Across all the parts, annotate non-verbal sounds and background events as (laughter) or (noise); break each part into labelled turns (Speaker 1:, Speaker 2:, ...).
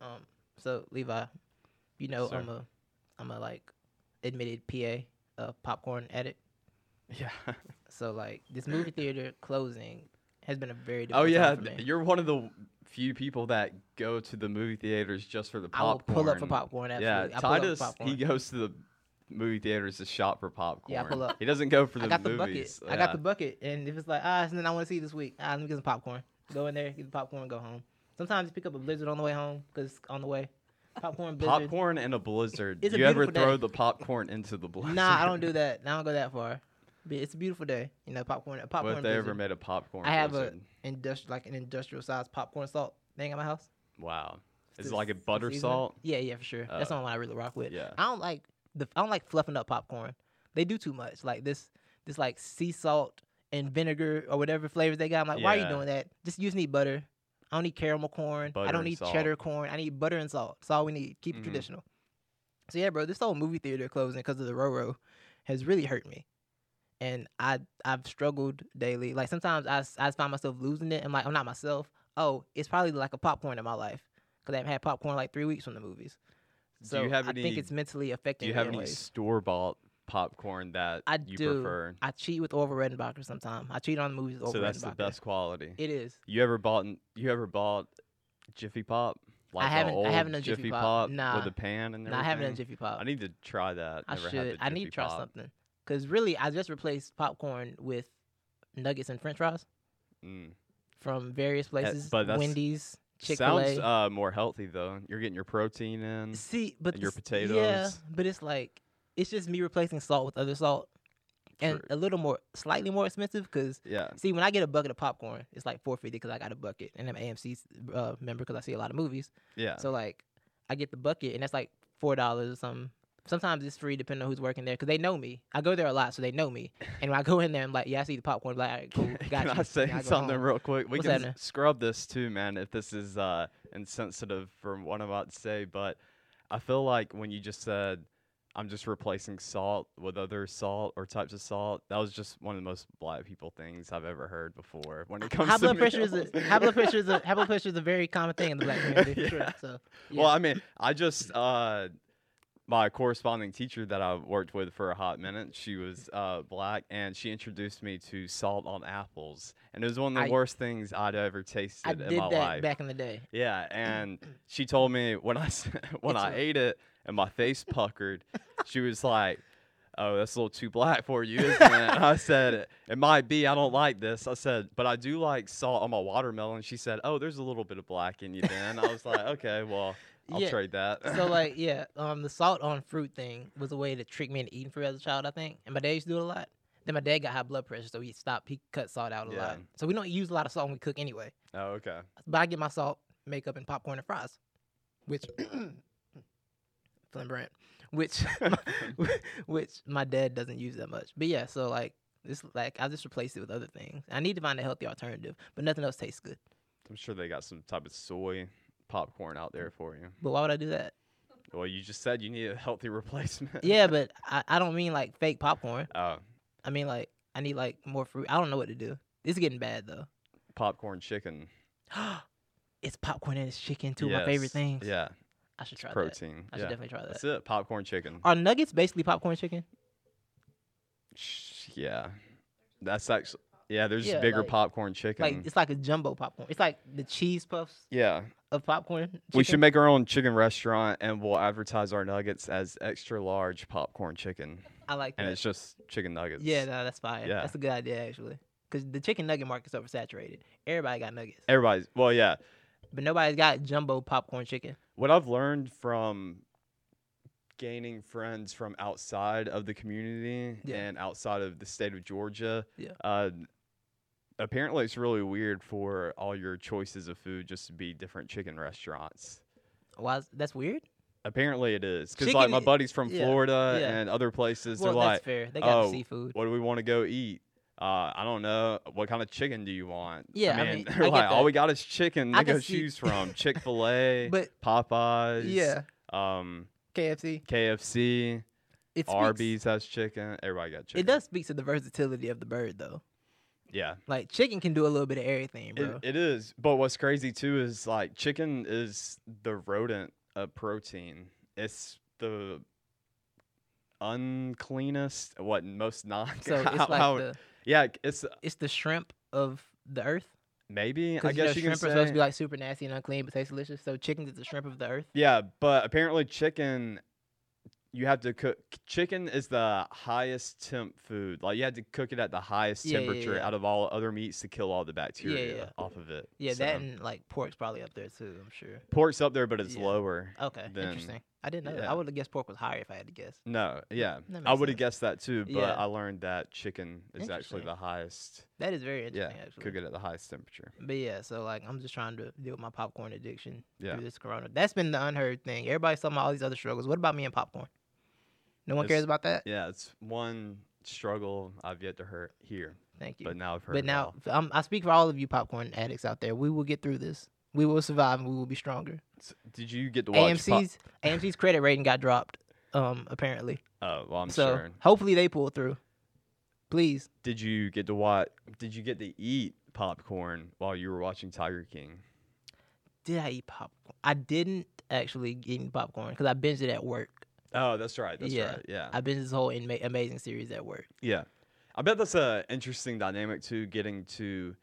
Speaker 1: Um, so Levi, you know
Speaker 2: Sir.
Speaker 1: I'm a I'm a like admitted PA, a popcorn addict.
Speaker 2: Yeah.
Speaker 1: So like this movie
Speaker 2: (laughs)
Speaker 1: theater closing has been a very
Speaker 2: oh
Speaker 1: difficult
Speaker 2: yeah,
Speaker 1: time for
Speaker 2: th-
Speaker 1: me.
Speaker 2: you're one of the few people that go to the movie theaters just for the
Speaker 1: I will
Speaker 2: popcorn.
Speaker 1: pull up for popcorn.
Speaker 2: Yeah,
Speaker 1: Absolutely. I pull
Speaker 2: Titus
Speaker 1: up for popcorn.
Speaker 2: he goes to the movie theaters to shop for popcorn.
Speaker 1: pull up.
Speaker 2: He doesn't go for the
Speaker 1: I got the bucket.
Speaker 2: movies.
Speaker 1: I got
Speaker 2: Yeah.
Speaker 1: the bucket, and if it's like ah, it's something I want to see this week, ah, let me get some popcorn. Go in there, get the popcorn, go home. Sometimes you pick up a blizzard on the way home because on the way, popcorn blizzard.
Speaker 2: popcorn and a blizzard.
Speaker 1: It's a
Speaker 2: Do you ever
Speaker 1: beautiful
Speaker 2: throw
Speaker 1: day.
Speaker 2: the popcorn into the blizzard?
Speaker 1: Nah, I
Speaker 2: (laughs)
Speaker 1: don't do that. I don't go that far. But it's a beautiful day. You know, popcorn. A
Speaker 2: What
Speaker 1: popcorn.
Speaker 2: if they ever
Speaker 1: blizzard.
Speaker 2: made a popcorn?
Speaker 1: I have
Speaker 2: blizzard?
Speaker 1: a industrial, like an industrial sized popcorn salt thing at my house.
Speaker 2: Wow. Is it
Speaker 1: This-
Speaker 2: like a
Speaker 1: this
Speaker 2: butter
Speaker 1: season.
Speaker 2: salt? Uh,
Speaker 1: Yeah, yeah, for sure. That's the only one I really rock with.
Speaker 2: yeah.
Speaker 1: I don't like the. I don't like fluffing up popcorn. They do too much. Like this, this like sea salt and vinegar or whatever flavors they got. I'm like, why are
Speaker 2: Yeah.
Speaker 1: you doing that? Just you just need butter. I don't need caramel corn.
Speaker 2: Butter
Speaker 1: I don't
Speaker 2: and
Speaker 1: need
Speaker 2: salt.
Speaker 1: cheddar corn. I need butter and salt. That's all we need. Keep
Speaker 2: Mhm.
Speaker 1: it traditional. So yeah, bro, this whole movie theater closing because of the Roro has really hurt me. And I I've struggled daily. Like sometimes I, s- I just find myself losing it. I'm like I'm not myself. Oh, it's probably like a popcorn in my life because I haven't had popcorn in like three weeks from the movies. So
Speaker 2: do you have
Speaker 1: I
Speaker 2: any
Speaker 1: think it's mentally
Speaker 2: Do
Speaker 1: affecting.
Speaker 2: you
Speaker 1: me
Speaker 2: have
Speaker 1: in
Speaker 2: any
Speaker 1: ways.
Speaker 2: store bought popcorn that
Speaker 1: I
Speaker 2: you
Speaker 1: do.
Speaker 2: prefer?
Speaker 1: I cheat with Orville Redenbacher sometimes. I cheat on the movies with
Speaker 2: So
Speaker 1: Orville
Speaker 2: that's the
Speaker 1: Redenbacher.
Speaker 2: best quality.
Speaker 1: It is.
Speaker 2: You ever bought n- you ever bought Jiffy Pop? Like the
Speaker 1: haven't- I
Speaker 2: old
Speaker 1: haven't done
Speaker 2: Jiffy,
Speaker 1: Jiffy Pop.
Speaker 2: with
Speaker 1: Nah.
Speaker 2: the pan and everything.
Speaker 1: Now I haven't done Jiffy Pop.
Speaker 2: I need to try that.
Speaker 1: I
Speaker 2: Never had
Speaker 1: should.
Speaker 2: the
Speaker 1: I need to
Speaker 2: Jiffy
Speaker 1: try
Speaker 2: Pop.
Speaker 1: something. Cause really, I just replaced popcorn with nuggets and French fries
Speaker 2: Mm.
Speaker 1: from various places.
Speaker 2: Eh, but that's-
Speaker 1: Wendy's, Chick Fil
Speaker 2: Sounds
Speaker 1: A.
Speaker 2: uh, more healthy though. You're getting your protein in.
Speaker 1: See, but
Speaker 2: and your
Speaker 1: this- Yeah,
Speaker 2: potatoes.
Speaker 1: but it's like it's just me replacing salt with other salt, and
Speaker 2: True.
Speaker 1: a little more, slightly more expensive. Cause
Speaker 2: Yeah.
Speaker 1: See, when I get a bucket of popcorn, it's like four fifty because I got a bucket, and I'm AMC 's, uh, member because I see a lot of movies.
Speaker 2: Yeah.
Speaker 1: So like, I get the bucket, and that's like four dollars or something. Sometimes it's free depending on who's working there because they know me. I go there a lot, so they know me. And when I (laughs) go in there, I'm like, "Yeah, I see the popcorn." Like, all right,
Speaker 2: (laughs)
Speaker 1: cool, got
Speaker 2: can
Speaker 1: you.
Speaker 2: I say
Speaker 1: And go
Speaker 2: something
Speaker 1: home.
Speaker 2: real quick? We
Speaker 1: What's
Speaker 2: can
Speaker 1: happening?
Speaker 2: s- scrub this too, man, if this is uh, insensitive from what I'm about to say, but I feel like when you just said, I'm just replacing salt with other salt or types of salt, that was just one of the most black people things I've ever heard before when it comes
Speaker 1: High
Speaker 2: to
Speaker 1: blood pressure is a,
Speaker 2: meals.
Speaker 1: high
Speaker 2: (laughs)
Speaker 1: blood pressure is a high blood pressure is a very common thing in the black community. for
Speaker 2: Yeah.
Speaker 1: sure. So
Speaker 2: Well, I mean, I just uh, my corresponding teacher that I worked with for a hot minute, she was uh, black, and she introduced me to salt on apples, and it was one of the
Speaker 1: I-
Speaker 2: worst things I'd ever tasted
Speaker 1: I
Speaker 2: in
Speaker 1: did
Speaker 2: my
Speaker 1: that
Speaker 2: life.
Speaker 1: back in the day.
Speaker 2: Yeah, and she told me when I s- (laughs) when
Speaker 1: It's
Speaker 2: I
Speaker 1: a-
Speaker 2: ate it and my face puckered, she was like, "Oh, that's a little too black for you, isn't it?" And
Speaker 1: (laughs)
Speaker 2: I said, "It might be. I don't like this." I said, "But I do like salt on my watermelon." She said, "Oh, there's a little bit of black in you." Then I was like, "Okay, well, I'll
Speaker 1: Yeah.
Speaker 2: trade (laughs) that."
Speaker 1: so like yeah, um, the salt on fruit thing was a way to trick me into eating fruit as a child, I think. And my dad used to do it a lot. Then my dad got high blood pressure, so he stopped. He cut salt out a
Speaker 2: Yeah.
Speaker 1: lot. So we don't use a lot of salt when we cook anyway.
Speaker 2: oh, okay.
Speaker 1: But I get my salt, makeup, and popcorn and fries, which (coughs) flamboyant,
Speaker 2: (laughs)
Speaker 1: which (laughs) which my dad doesn't use that much. But yeah, so like this, like I just replaced it with other things. I need to find a healthy alternative, but nothing else tastes good.
Speaker 2: I'm sure they got some type of soy popcorn out there for you.
Speaker 1: But why would I do that?
Speaker 2: Well, you just said you need a healthy (laughs) replacement.
Speaker 1: yeah, but I, I don't mean like fake popcorn.
Speaker 2: Oh,
Speaker 1: I mean, like, I need like more fruit. I don't know what to do. This is getting bad though. (gasps)
Speaker 2: popcorn chicken.
Speaker 1: it's popcorn and it's chicken, two of my favorite
Speaker 2: Yes.
Speaker 1: things.
Speaker 2: Yeah,
Speaker 1: I should try
Speaker 2: protein.
Speaker 1: that. I
Speaker 2: yeah.
Speaker 1: should definitely try that.
Speaker 2: That's it. Popcorn chicken.
Speaker 1: Are nuggets basically popcorn chicken?
Speaker 2: Sh- Yeah, that's actually yeah. There's
Speaker 1: Yeah,
Speaker 2: bigger
Speaker 1: like-
Speaker 2: popcorn chicken.
Speaker 1: Like it's like a jumbo popcorn. It's like the cheese puffs
Speaker 2: yeah,
Speaker 1: of popcorn.
Speaker 2: we
Speaker 1: chicken.
Speaker 2: should make our own chicken restaurant, and we'll advertise our nuggets as extra large popcorn chicken,
Speaker 1: I like
Speaker 2: and
Speaker 1: that.
Speaker 2: it's just chicken nuggets.
Speaker 1: yeah, no, that's fine.
Speaker 2: Yeah.
Speaker 1: That's a good idea actually. Cause the chicken nugget market's oversaturated. Everybody got nuggets,
Speaker 2: everybody's well, yeah.
Speaker 1: but nobody's got jumbo popcorn chicken.
Speaker 2: What I've learned from gaining friends from outside of the community
Speaker 1: Yeah.
Speaker 2: and outside of the state of Georgia,
Speaker 1: Yeah.
Speaker 2: uh, apparently it's really weird for all your choices of food just to be different chicken restaurants.
Speaker 1: Why? Is, that's weird.
Speaker 2: Apparently it is because like my
Speaker 1: Chicken i-
Speaker 2: buddies from
Speaker 1: yeah,
Speaker 2: Florida
Speaker 1: yeah.
Speaker 2: and other places,
Speaker 1: well,
Speaker 2: they're like,
Speaker 1: that's fair. They got
Speaker 2: "Oh,
Speaker 1: the seafood.
Speaker 2: "What do we want to go eat? Uh, I don't know. What kind of chicken do you want?"
Speaker 1: Yeah,
Speaker 2: I
Speaker 1: I
Speaker 2: mean, (laughs)
Speaker 1: mean,
Speaker 2: they're
Speaker 1: I get
Speaker 2: like, "All
Speaker 1: that.
Speaker 2: we got is chicken
Speaker 1: I
Speaker 2: to go
Speaker 1: can see- (laughs)
Speaker 2: choose from: Chick Fil A,
Speaker 1: But
Speaker 2: Popeyes,
Speaker 1: yeah,
Speaker 2: um,
Speaker 1: KFC.
Speaker 2: KFC,
Speaker 1: It's
Speaker 2: Arby's has chicken. Everybody got chicken.
Speaker 1: It does speak to the versatility of the bird, though.
Speaker 2: Yeah,
Speaker 1: Like chicken can do a little bit of everything, bro.
Speaker 2: it, it is. But what's crazy too is like chicken is the rodent uh, protein. It's the uncleanest, what most (laughs) non.
Speaker 1: so it's
Speaker 2: how-
Speaker 1: like
Speaker 2: how-
Speaker 1: the
Speaker 2: yeah, it's
Speaker 1: it's the shrimp of the earth.
Speaker 2: maybe. I
Speaker 1: Because you know,
Speaker 2: guess you,
Speaker 1: shrimp
Speaker 2: can
Speaker 1: are supposed to
Speaker 2: say.
Speaker 1: be like super nasty and unclean, but taste delicious. So chicken is the shrimp of the earth.
Speaker 2: Yeah, but apparently chicken you have to cook chicken is the highest temp food. Like you had to cook it at the highest
Speaker 1: Yeah, yeah,
Speaker 2: temperature
Speaker 1: yeah.
Speaker 2: out of all other meats to kill all the bacteria
Speaker 1: yeah.
Speaker 2: off of it.
Speaker 1: Yeah,
Speaker 2: So,
Speaker 1: that and like pork's probably up there too. I'm sure.
Speaker 2: pork's up there but it's
Speaker 1: yeah.
Speaker 2: lower.
Speaker 1: Okay,
Speaker 2: Then-
Speaker 1: interesting. I didn't know that.
Speaker 2: yeah.
Speaker 1: I would have guessed pork was higher if I had to guess.
Speaker 2: No, yeah.
Speaker 1: That
Speaker 2: I
Speaker 1: makes
Speaker 2: would have
Speaker 1: sense.
Speaker 2: guessed that too, but
Speaker 1: Yeah.
Speaker 2: I learned that chicken is actually
Speaker 1: Interesting.
Speaker 2: the highest.
Speaker 1: That is very
Speaker 2: Yeah,
Speaker 1: interesting. actually.
Speaker 2: cook it at the highest temperature.
Speaker 1: But yeah, so like I'm just trying to deal with my popcorn addiction
Speaker 2: Yeah.
Speaker 1: through this corona. That's been the unheard thing. Everybody's talking about all these other struggles. What about me and popcorn? No one cares
Speaker 2: It's-
Speaker 1: about that.
Speaker 2: Yeah, it's one struggle I've yet to hear, hear
Speaker 1: Thank you.
Speaker 2: but now I've heard.
Speaker 1: But
Speaker 2: it
Speaker 1: now
Speaker 2: all.
Speaker 1: f- um, I speak for all of you popcorn addicts out there. We will get through this. We will survive and we will be stronger.
Speaker 2: S- did you get to watch Pop-
Speaker 1: AMC's AMC's credit rating got dropped. Um, apparently.
Speaker 2: Oh, well, I'm
Speaker 1: so
Speaker 2: sure.
Speaker 1: hopefully they pull through. Please.
Speaker 2: Did you get to watch? Did you get to eat popcorn while you were watching Tiger King?
Speaker 1: Did I eat popcorn? I didn't actually eat any popcorn because I binged it at work.
Speaker 2: Oh, that's right. That's
Speaker 1: Yeah.
Speaker 2: right. Yeah,
Speaker 1: I binged this whole inma- amazing series at work.
Speaker 2: yeah. I bet that's a interesting dynamic too. Getting to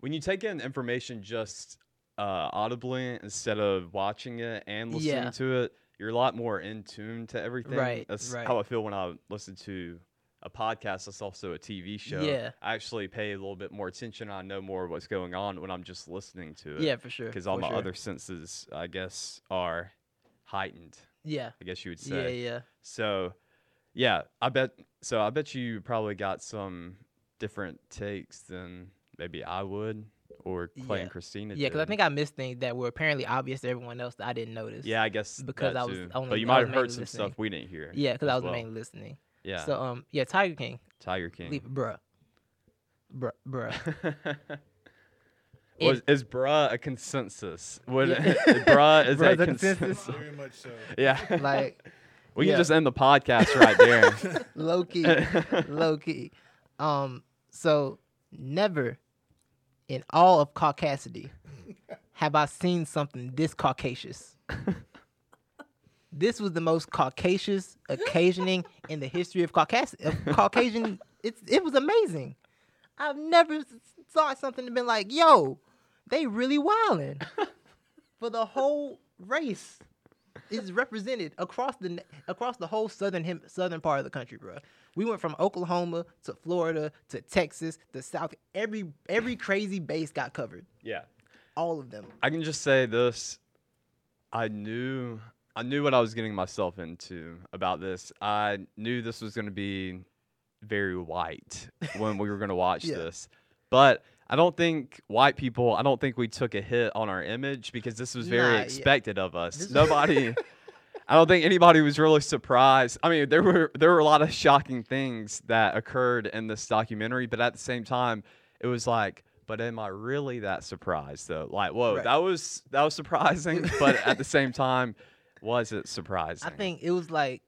Speaker 2: when you take in information just uh, audibly instead of watching it and listening
Speaker 1: Yeah.
Speaker 2: to it, you're a lot more in tune to everything.
Speaker 1: Right,
Speaker 2: That's
Speaker 1: right.
Speaker 2: how I feel when I listen to a podcast. That's also a TV show.
Speaker 1: Yeah.
Speaker 2: I actually pay a little bit more attention. I know more what's going on when I'm just listening to it.
Speaker 1: Yeah, for (laughs) sure.
Speaker 2: because all
Speaker 1: for
Speaker 2: my
Speaker 1: sure.
Speaker 2: other senses, I guess, are heightened.
Speaker 1: Yeah.
Speaker 2: I guess you would
Speaker 1: Yeah,
Speaker 2: say.
Speaker 1: yeah.
Speaker 2: So, yeah, I bet. So I bet you probably got some different takes than maybe I would or Clay
Speaker 1: Yeah.
Speaker 2: and Christina.
Speaker 1: Yeah, because I
Speaker 2: did.
Speaker 1: think I missed things that were apparently obvious to everyone else that I didn't notice.
Speaker 2: Yeah, I guess
Speaker 1: because
Speaker 2: that
Speaker 1: I was
Speaker 2: too.
Speaker 1: only-
Speaker 2: But
Speaker 1: I
Speaker 2: you might
Speaker 1: was
Speaker 2: have heard
Speaker 1: mainly
Speaker 2: some stuff
Speaker 1: listening.
Speaker 2: we didn't hear.
Speaker 1: Yeah, because I
Speaker 2: as
Speaker 1: was
Speaker 2: well.
Speaker 1: mainly listening.
Speaker 2: Yeah,
Speaker 1: So um yeah, Tiger King.
Speaker 2: Tiger King.
Speaker 1: Leave, bruh. Bruh
Speaker 2: (laughs)
Speaker 1: bruh.
Speaker 2: Was,
Speaker 1: It-
Speaker 2: is bruh a consensus? Would
Speaker 1: Yeah.
Speaker 2: (laughs)
Speaker 1: (laughs)
Speaker 2: bruh is
Speaker 1: Bruh's
Speaker 2: a
Speaker 1: a
Speaker 2: consensus?
Speaker 1: consensus.
Speaker 3: Very much (laughs) so.
Speaker 2: (laughs) Yeah.
Speaker 1: like
Speaker 2: we can
Speaker 1: yeah.
Speaker 2: just end the podcast right there.
Speaker 1: low key. (laughs)
Speaker 2: (laughs)
Speaker 1: low key. Um so never in all of caucasity have I seen something this caucacious. this was the most caucacious occasioning in the history of Caucas- of Caucasian. It's it was amazing. I've never s- saw something and been like, "Yo, they really wildin'." For the whole race is represented across the na- across the whole southern hem- southern part of the country, bro. We went from Oklahoma to Florida to Texas to South. Every every crazy base got covered.
Speaker 2: yeah.
Speaker 1: All of them.
Speaker 2: I can just say this. I knew I knew what I was getting myself into about this. I knew this was going to be very white when we
Speaker 1: (laughs)
Speaker 2: were going to watch
Speaker 1: Yeah.
Speaker 2: this. But I don't think white people, I don't think we took a hit on our image because this was very
Speaker 1: Nah, yeah.
Speaker 2: expected of us.
Speaker 1: This- (laughs)
Speaker 2: Nobody I don't think anybody was really surprised. I mean, there were there were a lot of shocking things that occurred in this documentary, but at the same time, it was like, but am I really that surprised though? Like, whoa,
Speaker 1: Right.
Speaker 2: that was that was surprising, but at the same time, was it surprising?
Speaker 1: I think it was like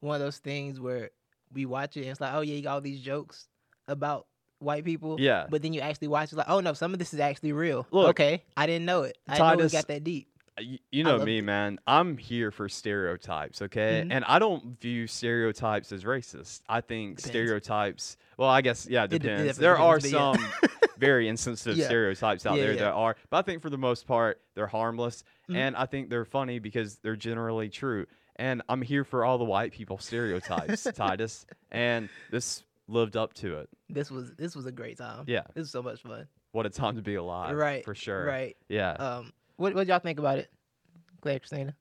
Speaker 1: one of those things where we watch it and it's like, oh yeah, you got all these jokes about white people.
Speaker 2: Yeah.
Speaker 1: But then you actually watch it like, oh no, some of this is actually real.
Speaker 2: Look,
Speaker 1: okay, I didn't know it. I didn't know it
Speaker 2: Titus-
Speaker 1: got that deep.
Speaker 2: Uh, Y- you
Speaker 1: I
Speaker 2: know
Speaker 1: loved
Speaker 2: me, man. I'm here for stereotypes, okay?
Speaker 1: Mhm.
Speaker 2: And I don't view stereotypes as racist. I think
Speaker 1: Depends.
Speaker 2: stereotypes. Well, I guess yeah, it
Speaker 1: de- it
Speaker 2: depends.
Speaker 1: definitely
Speaker 2: there are
Speaker 1: depends, but
Speaker 2: some
Speaker 1: (laughs)
Speaker 2: very insensitive
Speaker 1: Yeah.
Speaker 2: stereotypes out
Speaker 1: Yeah,
Speaker 2: there
Speaker 1: yeah.
Speaker 2: that are, but I think for the most part they're harmless,
Speaker 1: Mhm.
Speaker 2: and I think they're funny because they're generally true. And I'm here for all the white people stereotypes,
Speaker 1: (laughs)
Speaker 2: Titus, and this lived up to it.
Speaker 1: This was this was a great time.
Speaker 2: Yeah,
Speaker 1: This was so much fun.
Speaker 2: what a time to be alive,
Speaker 1: Right,
Speaker 2: For sure,
Speaker 1: Right.
Speaker 2: Yeah,
Speaker 1: Um. What What y'all think about it, Claire Christina?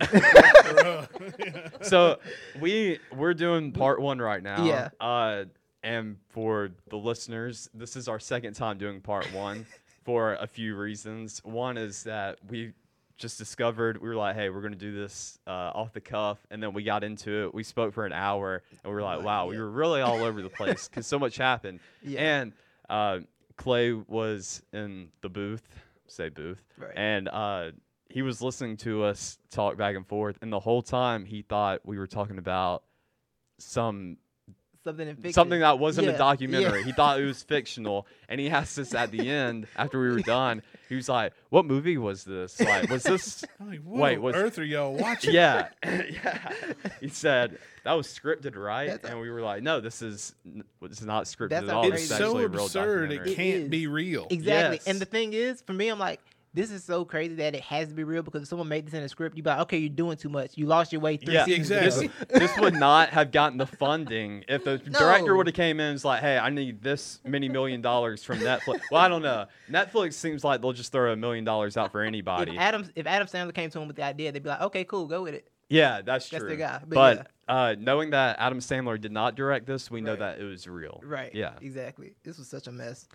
Speaker 3: Bruh.
Speaker 2: so we we're doing part one right now.
Speaker 1: Yeah.
Speaker 2: Uh, and for the listeners, this is our second time doing part one for a few reasons. One is that we just discovered we were like, hey, we're gonna do this uh, off the cuff, and then we got into it. We spoke for an hour, and we were like,
Speaker 1: Right,
Speaker 2: wow, we
Speaker 1: yeah.
Speaker 2: were really all over the place because so much happened.
Speaker 1: (laughs) Yeah.
Speaker 2: And uh, Clay was in the booth, say booth,
Speaker 1: Right.
Speaker 2: and uh, he was listening to us talk back and forth. And the whole time, he thought we were talking about some
Speaker 1: something in fiction.
Speaker 2: something that wasn't
Speaker 1: Yeah,
Speaker 2: a
Speaker 1: yeah.
Speaker 2: documentary. He thought it was fictional, and he asked us at the
Speaker 1: (laughs)
Speaker 2: end after we were done. He was like, "What movie was this? Like,
Speaker 1: (laughs)
Speaker 2: was this?"
Speaker 3: I'm like, what
Speaker 2: Wait,
Speaker 3: on
Speaker 2: was-
Speaker 3: earth
Speaker 2: (laughs)
Speaker 3: are y'all watching?
Speaker 2: yeah, yeah. He said that was scripted, right?
Speaker 1: That's a-
Speaker 2: and we were like, "No, this is n- this is not scripted
Speaker 1: That's
Speaker 2: at
Speaker 1: how
Speaker 2: all. This
Speaker 3: It's
Speaker 2: is
Speaker 1: Crazy.
Speaker 3: so
Speaker 2: actually a real
Speaker 3: absurd. It
Speaker 2: documentary."
Speaker 3: can't
Speaker 1: It is.
Speaker 3: be real.
Speaker 1: Exactly.
Speaker 2: Yes.
Speaker 1: And the thing is, for me, I'm like, this is so crazy that it has to be real because if someone made this in a script, you'd be like, okay, you're doing too much. You lost your way three
Speaker 2: Yeah,
Speaker 1: seasons
Speaker 3: exactly.
Speaker 1: ago. (laughs)
Speaker 2: this would not have gotten the funding if the director
Speaker 1: No.
Speaker 2: would have came in and was like, "Hey, I need this many million dollars from Netflix." Well, I don't know. Netflix seems like they'll just throw a million dollars out for anybody.
Speaker 1: If Adam, if Adam Sandler came to him with the idea, they'd be like, okay, cool, go with it.
Speaker 2: yeah, that's true.
Speaker 1: That's the guy. But,
Speaker 2: But uh, knowing that Adam Sandler did not direct this, we know
Speaker 1: Right.
Speaker 2: that it was real.
Speaker 1: yeah, right.
Speaker 2: Yeah.
Speaker 1: Exactly. This was such a mess.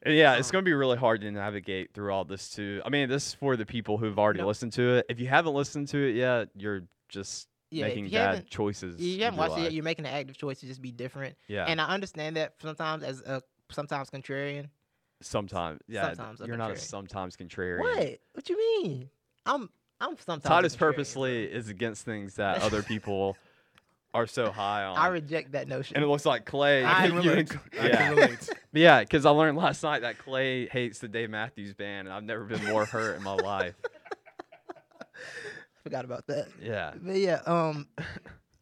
Speaker 2: And yeah, it's
Speaker 1: Um,
Speaker 2: going to be really hard to navigate through all this too. I mean, this is for the people who've already
Speaker 1: Nope.
Speaker 2: listened to it. If you haven't listened to it yet, you're just
Speaker 1: Yeah. if
Speaker 2: making
Speaker 1: you
Speaker 2: bad
Speaker 1: haven't,
Speaker 2: choices.
Speaker 1: you
Speaker 2: with
Speaker 1: haven't
Speaker 2: your
Speaker 1: watched it yet,
Speaker 2: life.
Speaker 1: you're making an active choice to just be different.
Speaker 2: Yeah,
Speaker 1: And I understand that sometimes as a sometimes contrarian.
Speaker 2: sometimes. Yeah, th-
Speaker 1: sometimes I'm
Speaker 2: you're not a
Speaker 1: contrarian.
Speaker 2: sometimes contrarian.
Speaker 1: What? What you mean? I'm I'm sometimes. a
Speaker 2: Todd is
Speaker 1: contrarian,
Speaker 2: purposely is against things that other people are so high
Speaker 1: bro.
Speaker 2: on.
Speaker 1: I reject that notion.
Speaker 2: and it looks like Clay.
Speaker 1: I
Speaker 2: you
Speaker 3: can relate.
Speaker 2: and-
Speaker 3: I
Speaker 2: yeah,
Speaker 3: can relate.
Speaker 2: yeah. Because I learned last night that Clay hates the Dave Matthews Band, and I've never been more hurt in my life.
Speaker 1: (laughs) Forgot about that.
Speaker 2: Yeah,
Speaker 1: But (laughs) yeah, um,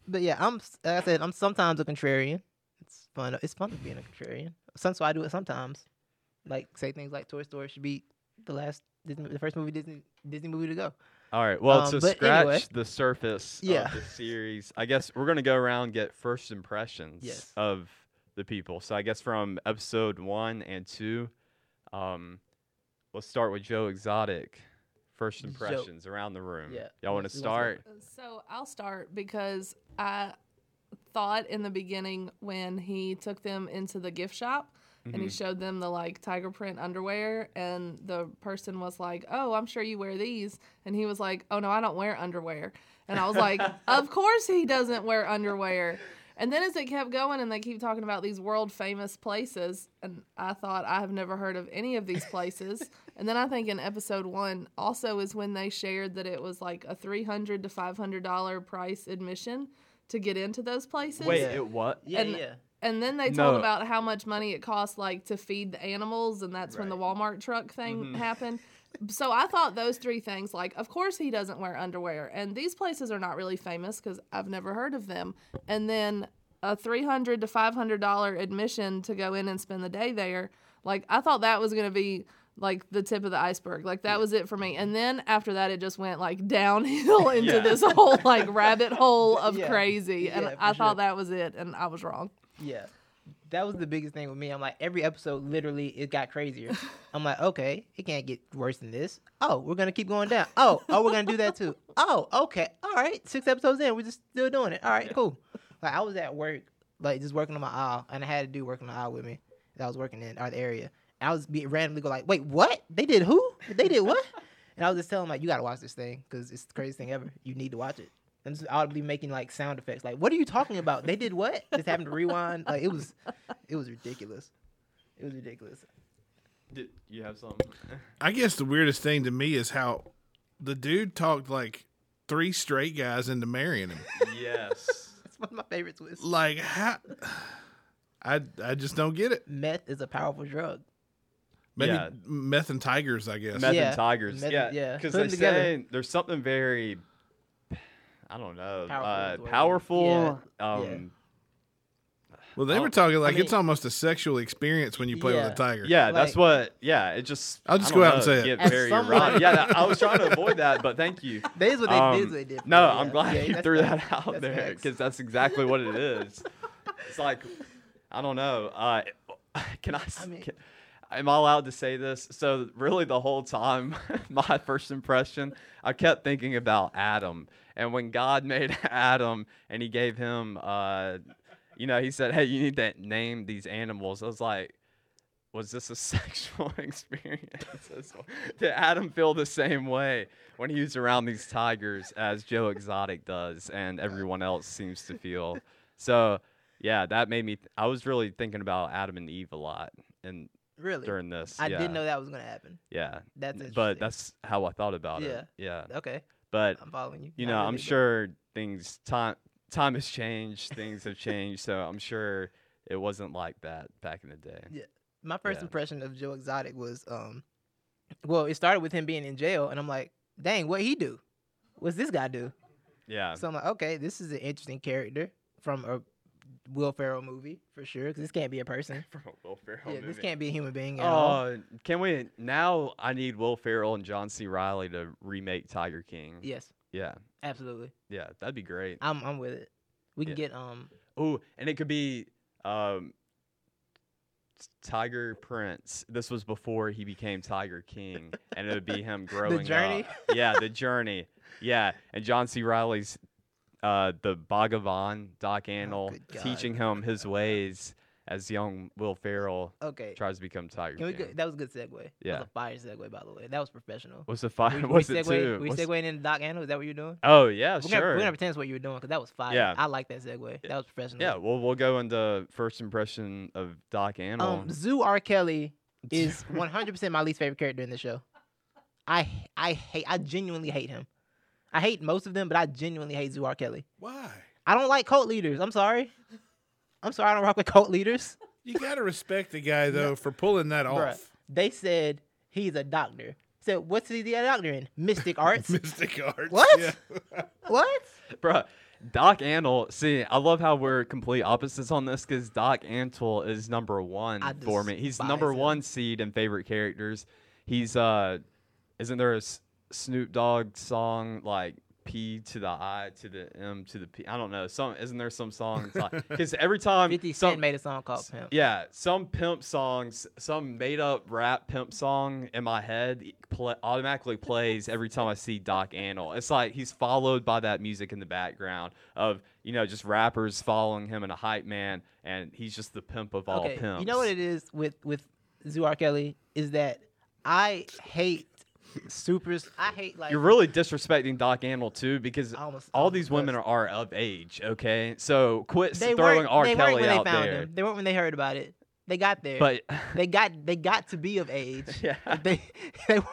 Speaker 1: but yeah, I'm s- like I said, I'm sometimes a contrarian. It's fun. It's fun to being a contrarian. Since I do it sometimes, like say things like Toy Story should be the last Disney, the first movie Disney Disney movie to go.
Speaker 2: All right. Well,
Speaker 1: Um,
Speaker 2: to
Speaker 1: but
Speaker 2: scratch
Speaker 1: anyway.
Speaker 2: the surface
Speaker 1: Yeah.
Speaker 2: of the series, I guess we're gonna go around and get first impressions
Speaker 1: Yes.
Speaker 2: of the people. So I guess from episode one and two, um, let's start with Joe Exotic. First
Speaker 1: Joe.
Speaker 2: impressions around the room.
Speaker 1: Yeah.
Speaker 2: Y'all want to
Speaker 1: Yes, who wants
Speaker 2: start?
Speaker 4: So I'll start because I thought in the beginning when he took them into the gift shop and he
Speaker 2: Mhm.
Speaker 4: showed them the like tiger print underwear and the person was like, "Oh, I'm sure you wear these." And he was like, "Oh no, I don't wear underwear." And I was like, "Of course he doesn't wear underwear." And then as it kept going and they keep talking about these world famous places and I thought I have never heard of any of these places. And then I think in episode one also is when they shared that it was like a three hundred to five hundred dollar price admission to get into those places.
Speaker 2: Wait,
Speaker 1: Yeah.
Speaker 2: it what?
Speaker 1: Yeah,
Speaker 4: And-
Speaker 1: yeah.
Speaker 4: And then they
Speaker 2: No.
Speaker 4: told about how much money it costs like to feed the animals and that's when the
Speaker 1: Right. Mm-hmm.
Speaker 4: Walmart truck thing
Speaker 2: Mhm.
Speaker 4: happened. So I thought those three things like of course he doesn't wear underwear and these places are not really famous cuz I've never heard of them. And then a 300 to 500 dollar admission to go in and spend the day there. Like I thought that was going to be like the tip of the iceberg. Like that was it for me. And then after that it just went like (laughs) downhill into
Speaker 2: Yeah.
Speaker 4: this whole like rabbit hole of
Speaker 1: Yeah.
Speaker 4: crazy and
Speaker 1: Yeah, for
Speaker 4: I
Speaker 1: sure.
Speaker 4: thought that was it and I was wrong.
Speaker 1: Yeah. That was the biggest thing with me. I'm like, every episode, literally, it got crazier. I'm like, okay, it can't get worse than this. Oh, we're gonna keep going down. Oh, oh, we're gonna do that too. Oh, okay, all right. Six episodes in, we're just still doing it. All right, cool. Like I was at work, like just working on my aisle, and I had a dude working on the aisle with me that I was working in our area. And I was be, randomly go like, wait, what? They did who? They did what? and I was just telling him like, you gotta watch this thing because it's the craziest thing ever. You need to watch it. And just audibly making like sound effects, like, what are you talking about? They did what? Just having to rewind. Like it was, it was ridiculous. It was ridiculous.
Speaker 2: Did you have something?
Speaker 3: I guess the weirdest thing to me is how the dude talked like three straight guys into marrying him.
Speaker 2: (laughs) yes.
Speaker 1: That's one of my favorite twists.
Speaker 3: Like how I I just don't get it.
Speaker 1: meth is a powerful drug.
Speaker 3: Maybe
Speaker 2: Yeah.
Speaker 3: meth and tigers, I guess.
Speaker 2: Meth
Speaker 1: Yeah.
Speaker 2: and Tigers.
Speaker 1: Meth-
Speaker 2: yeah,
Speaker 1: yeah.
Speaker 2: Because
Speaker 1: Put 'em
Speaker 2: they
Speaker 1: together.
Speaker 2: say there's something very, I don't know,
Speaker 1: Powerful
Speaker 2: uh,
Speaker 1: is what it is.
Speaker 2: powerful.
Speaker 1: Yeah,
Speaker 2: Um,
Speaker 1: yeah.
Speaker 3: well, they
Speaker 2: I
Speaker 3: were
Speaker 2: don't-
Speaker 3: talking like
Speaker 1: mean-
Speaker 3: it's almost a sexual experience when you play with
Speaker 1: Yeah.
Speaker 3: a tiger.
Speaker 2: Yeah, that's
Speaker 1: Like-
Speaker 2: what. Yeah, it just.
Speaker 3: I'll just
Speaker 2: I don't
Speaker 3: go out
Speaker 2: know,
Speaker 3: and say it.
Speaker 2: get
Speaker 1: As
Speaker 2: very
Speaker 1: someone-
Speaker 2: erotic. Yeah, that- I was trying to avoid that, but
Speaker 1: (laughs)
Speaker 2: thank you.
Speaker 1: That is what they,
Speaker 2: Um,
Speaker 1: that is what they did.
Speaker 2: No,
Speaker 1: Yeah,
Speaker 2: I'm glad
Speaker 1: yeah,
Speaker 2: you
Speaker 1: that's
Speaker 2: threw
Speaker 1: facts.
Speaker 2: that out
Speaker 1: That's
Speaker 2: there
Speaker 1: facts.
Speaker 2: because that's exactly what it is. it's like, I don't know. Uh, (laughs) can I? s-
Speaker 1: I mean-
Speaker 2: can- am I allowed to say this? So really, the whole time, (laughs) my first impression, I kept thinking about Adam, and when God (laughs) made Adam, and He gave him, uh, you know, He said, "Hey, you need to name these animals." I was like. Was this a (laughs) sexual experience? as well? (laughs) Did Adam feel the same way when he was around these tigers as Joe Exotic does, and everyone else seems to feel? So, yeah, that made me. Th- I was really thinking about Adam and Eve a lot, and
Speaker 1: (laughs) Really?
Speaker 2: during this,
Speaker 1: I
Speaker 2: yeah,
Speaker 1: didn't know that was gonna happen.
Speaker 2: Yeah,
Speaker 1: That's
Speaker 2: N-
Speaker 1: interesting.
Speaker 2: but (laughs) that's how I thought about
Speaker 1: Yeah.
Speaker 2: it. Yeah, Um,
Speaker 1: okay.
Speaker 2: but
Speaker 1: I'm following you.
Speaker 2: you
Speaker 1: Not
Speaker 2: know, I'm
Speaker 1: really, but-
Speaker 2: sure things time time has changed, things have changed, so I'm sure it wasn't like that back in the day.
Speaker 1: Yeah. my first
Speaker 2: Yeah.
Speaker 1: impression of Joe Exotic was um well, it started with him being in jail and I'm like, dang, what he do? What's this guy do?
Speaker 2: Yeah.
Speaker 1: So I'm like, okay, this is an interesting character from a Will Ferrell movie for sure, because this can't be a person.
Speaker 2: From a Will (laughs) Ferrell
Speaker 1: Yeah, this
Speaker 2: movie.
Speaker 1: can't be a human being at all.
Speaker 2: Oh, can we now? I need Will Ferrell and John C. Riley to remake Tiger King.
Speaker 1: Yes,
Speaker 2: yeah,
Speaker 1: absolutely.
Speaker 2: yeah, that'd be great.
Speaker 1: I'm I'm with it. We can
Speaker 2: Yeah.
Speaker 1: get um
Speaker 2: Oh, and it could be um, t- Tiger Prince. This was before he became Tiger King, and it would
Speaker 1: (laughs)
Speaker 2: be him growing
Speaker 1: journey?
Speaker 2: up. (laughs) Yeah, the journey. Yeah, and John C. Riley's uh, the Bhagavan, Doc Annell,
Speaker 1: Oh, good God.
Speaker 2: teaching him his ways as young Will Ferrell
Speaker 1: okay.
Speaker 2: tries to become Tiger
Speaker 1: Can we (laughs)
Speaker 2: King.
Speaker 1: go, that was a good segue.
Speaker 2: Yeah.
Speaker 1: That was a fire segue, by the way. That was professional.
Speaker 2: (laughs) What's the fire?
Speaker 1: We, we
Speaker 2: What's
Speaker 1: segue,
Speaker 2: it too?
Speaker 1: We
Speaker 2: What's-
Speaker 1: segueing into Doc Anno. Is that what you're doing?
Speaker 2: Oh yeah,
Speaker 1: We're
Speaker 2: sure.
Speaker 1: gonna, we're gonna pretend that's what you were doing because that was fire.
Speaker 2: Yeah.
Speaker 1: I like that segue. That was professional.
Speaker 2: yeah, well, we'll go into first impression of Doc Animal.
Speaker 1: Um, Zoo R.
Speaker 2: (laughs)
Speaker 1: Kelly is 100% my least favorite character in the show. I I hate. I genuinely hate him. I hate most of them, but I genuinely hate Zoo R. Kelly.
Speaker 3: Why?
Speaker 1: I don't like cult leaders. I'm sorry. I'm sorry. I don't rock with cult leaders.
Speaker 3: You gotta respect the guy though for pulling that
Speaker 1: Bruh.
Speaker 3: off. (laughs)
Speaker 1: They said he's a doctor. So what's he a doctor in? Mystic
Speaker 2: (laughs)
Speaker 1: arts.
Speaker 3: Mystic Arts.
Speaker 1: What? (laughs)
Speaker 3: Yeah.
Speaker 1: what?
Speaker 2: Bruh, Doc Antle. See, I love how we're complete opposites on this because Doc Antle is number one
Speaker 1: I
Speaker 2: for me. He's
Speaker 1: despise
Speaker 2: number
Speaker 1: him.
Speaker 2: one seed in favorite characters. He's uh, isn't there a S- Snoop Dogg song like? P to the I to the M to the P. I don't know. Some isn't there some song because
Speaker 1: (laughs)
Speaker 2: every time
Speaker 1: 50 Cent
Speaker 2: some,
Speaker 1: made a song called Pimp.
Speaker 2: Yeah, some pimp songs, some made up rap pimp song in my head pla automatically plays every time I see Doc Annell. It's like he's followed by that music in the background of, you know, just rappers following him and a hype man, and he's just the pimp of all
Speaker 1: okay,
Speaker 2: pimps.
Speaker 1: you know what it is with with Zuar Kelly is that I hate supers. I hate like
Speaker 2: You're really disrespecting Doc Annell too because
Speaker 1: I almost- I
Speaker 2: all
Speaker 1: almost
Speaker 2: these women
Speaker 1: cussed.
Speaker 2: are, are of age, okay? So quit s-
Speaker 1: they
Speaker 2: throwing
Speaker 1: weren't,
Speaker 2: R.
Speaker 1: they
Speaker 2: Kelly
Speaker 1: weren't when
Speaker 2: out
Speaker 1: they found
Speaker 2: there.
Speaker 1: him. They weren't when they heard about it. They got there.
Speaker 2: But (laughs)
Speaker 1: they got they got to be of age.
Speaker 2: yeah.
Speaker 1: They (laughs) they were-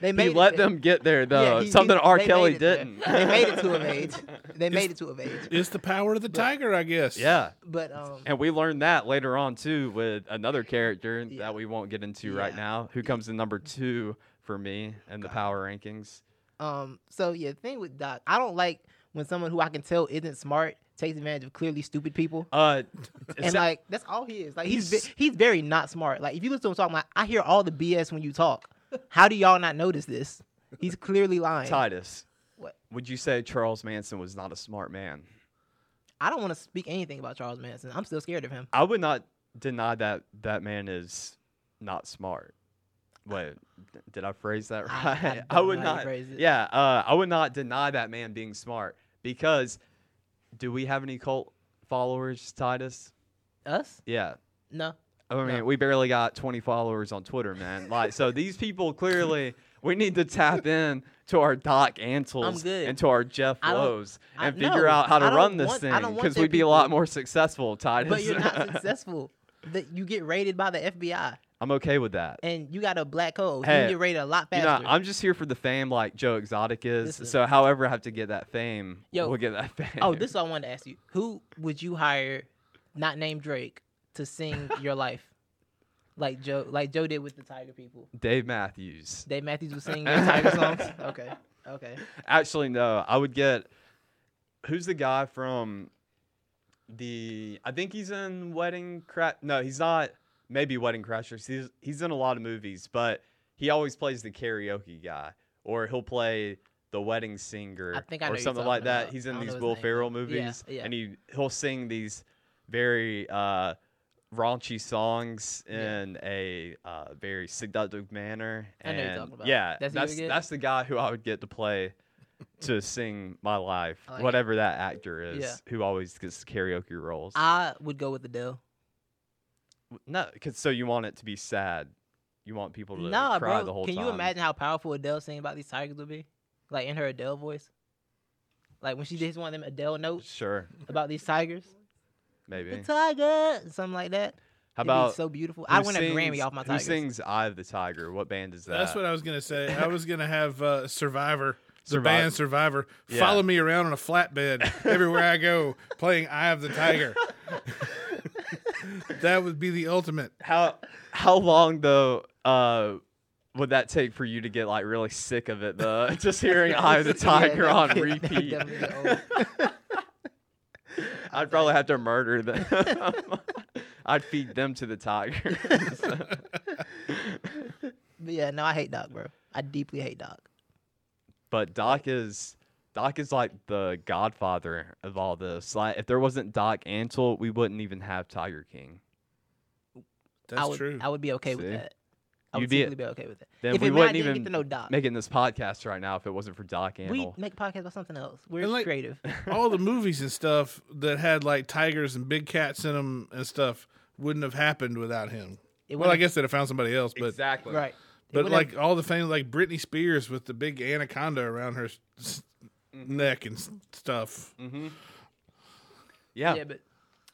Speaker 1: they made
Speaker 2: (laughs) he
Speaker 1: it
Speaker 2: let
Speaker 1: there.
Speaker 2: them get there
Speaker 1: Yeah,
Speaker 2: though.
Speaker 1: he- he-
Speaker 2: Something R.
Speaker 1: they made
Speaker 2: Kelly
Speaker 1: it there.
Speaker 2: didn't.
Speaker 1: They made it
Speaker 2: (laughs)
Speaker 1: to of age. They made it to of age.
Speaker 3: It's the power of the tiger, I guess.
Speaker 2: Yeah.
Speaker 1: But um,
Speaker 2: And we learned that later on too with another character
Speaker 1: Yeah.
Speaker 2: that we won't get into right
Speaker 1: Yeah.
Speaker 2: now, who comes in number two for me in the power rankings.
Speaker 1: Um, so yeah, the thing with Doc, I don't like when someone who I can tell isn't smart takes advantage of clearly stupid people.
Speaker 2: Uh,
Speaker 1: and
Speaker 2: so-
Speaker 1: like that's all he is. Like he's
Speaker 2: He's-
Speaker 1: ve- he's very not smart. Like if you listen to him talk, like I hear all the BS when you talk. How do y'all not notice this? He's clearly lying.
Speaker 2: Titus,
Speaker 1: What?
Speaker 2: would you say Charles Manson was not a smart man?
Speaker 1: I don't want to speak anything about Charles Manson. I'm still scared of him.
Speaker 2: I would not deny that that man is not smart. Wait, d- did I phrase that
Speaker 1: I- (laughs) I
Speaker 2: right? I,
Speaker 1: don't
Speaker 2: would
Speaker 1: know how you
Speaker 2: not.
Speaker 1: phrase it.
Speaker 2: Yeah, uh, I would not deny that man being smart because do we have any cult followers, Titus?
Speaker 1: Us?
Speaker 2: Yeah. (laughs)
Speaker 1: No.
Speaker 2: I mean,
Speaker 1: No.
Speaker 2: we barely got 20 followers on Twitter, man. Like, so these people clearly, we need to tap in to our Doc Antles
Speaker 1: good.
Speaker 2: and to our Jeff
Speaker 1: I don't-
Speaker 2: Lowe's
Speaker 1: I-
Speaker 2: and figure
Speaker 1: no,
Speaker 2: out how to
Speaker 1: I don't
Speaker 2: run this
Speaker 1: want-
Speaker 2: thing
Speaker 1: I don't want
Speaker 2: because
Speaker 1: their
Speaker 2: we'd be a lot
Speaker 1: people.
Speaker 2: more successful, Titus.
Speaker 1: But you're
Speaker 2: (laughs)
Speaker 1: not successful. That you get raided by the FBI
Speaker 2: I'm okay with that.
Speaker 1: and you got a black hole.
Speaker 2: Hey,
Speaker 1: you get raided a lot
Speaker 2: You
Speaker 1: faster.
Speaker 2: know, I'm just here for the fame, like Joe Exotic is.
Speaker 1: Listen.
Speaker 2: So, however, I have to get that fame.
Speaker 1: Yo.
Speaker 2: we'll get that (laughs) fame.
Speaker 1: Oh, this is what I wanted to ask you. Who would you hire, not named Drake, to sing
Speaker 2: (laughs)
Speaker 1: your life? Like Joe like Joe did with the Tiger people.
Speaker 2: Dave Matthews.
Speaker 1: Dave Matthews was
Speaker 2: (laughs)
Speaker 1: singing your Tiger songs. Okay. Okay.
Speaker 2: Actually, no. I would get. Who's the guy from the? I think he's in Wedding Crash. No, he's not. Maybe Wedding Crashers. He's he's in a lot of movies, but he always plays the karaoke guy, or he'll play the wedding singer,
Speaker 1: I think I know
Speaker 2: or
Speaker 1: who you're
Speaker 2: something like
Speaker 1: talking
Speaker 2: that.
Speaker 1: about.
Speaker 2: He's
Speaker 1: I
Speaker 2: in
Speaker 1: don't know
Speaker 2: these
Speaker 1: his
Speaker 2: Will
Speaker 1: name,
Speaker 2: Ferrell
Speaker 1: though. Yeah,
Speaker 2: movies,
Speaker 1: yeah.
Speaker 2: and he he'll sing these very uh, raunchy songs
Speaker 1: Yeah.
Speaker 2: in a uh, very seductive manner.
Speaker 1: I know
Speaker 2: And
Speaker 1: who you're talking about.
Speaker 2: yeah,
Speaker 1: That's who you
Speaker 2: that's
Speaker 1: would get?
Speaker 2: that's the guy who I would get to play to sing my life,
Speaker 1: I like it.
Speaker 2: whatever that actor is
Speaker 1: Oh, Yeah.
Speaker 2: who always gets karaoke roles.
Speaker 1: I would go with Adele.
Speaker 2: W- no, 'cause- so you want it to be sad. You want people to
Speaker 1: Nah,
Speaker 2: cry
Speaker 1: bro.
Speaker 2: the whole
Speaker 1: Can
Speaker 2: time.
Speaker 1: you imagine how powerful Adele singing about these tigers would be? Like in her Adele voice? Like when she did one of them Adele notes
Speaker 2: Sure,
Speaker 1: about these tigers.
Speaker 2: maybe.
Speaker 1: The tiger something like that.
Speaker 2: How
Speaker 1: It'd be
Speaker 2: about
Speaker 1: so beautiful? I
Speaker 2: who
Speaker 1: win a Grammy
Speaker 2: sings-
Speaker 1: off my
Speaker 2: Who
Speaker 1: tigers.
Speaker 2: sings "Eye of the Tiger"? What band is that?
Speaker 3: That's what I was gonna say. I was gonna have uh, Survivor the band Survivor
Speaker 2: Yeah.
Speaker 3: follow me around on a flatbed everywhere I go playing Eye of
Speaker 2: (laughs)
Speaker 3: the Tiger. that would be the ultimate.
Speaker 2: How how long though uh would that take for you to get like really sick of it though? (laughs)
Speaker 1: (laughs)
Speaker 2: Just hearing Eye of the Tiger
Speaker 1: that (laughs)
Speaker 2: on
Speaker 1: would- that would
Speaker 2: repeat.
Speaker 1: definitely get old.
Speaker 2: I'd probably have to murder them. (laughs) I'd feed them to the tiger.
Speaker 1: (laughs) But yeah, no, I hate Doc, bro. I deeply hate Doc.
Speaker 2: but Doc is Doc is like the godfather of all this. Like if there wasn't Doc Antle, we wouldn't even have Tiger King.
Speaker 3: That's
Speaker 1: I would,
Speaker 3: true.
Speaker 1: I would be okay with
Speaker 2: See?
Speaker 1: that. I
Speaker 2: You'd
Speaker 1: would
Speaker 2: be-
Speaker 1: simply be okay with it.
Speaker 2: Then
Speaker 1: if
Speaker 2: we
Speaker 1: it,
Speaker 2: wouldn't
Speaker 1: I didn't
Speaker 2: even
Speaker 1: get to know Doc.
Speaker 2: Making this podcast right now if it wasn't for Doc Antle.
Speaker 1: we make podcasts about something else. We're
Speaker 3: And, like-
Speaker 1: creative.
Speaker 3: (laughs) All the movies and stuff that had like tigers and big cats in them and stuff wouldn't have happened without him.
Speaker 1: It
Speaker 3: Well, I
Speaker 1: wouldn't-
Speaker 3: guess they'd have found somebody else, but
Speaker 2: exactly.
Speaker 1: right. It
Speaker 3: but
Speaker 1: wouldn't
Speaker 3: like
Speaker 1: have-
Speaker 3: all the famous like Britney Spears with the big anaconda around her s- s- neck and s- stuff.
Speaker 2: Mm-hmm. Yeah.
Speaker 1: yeah, but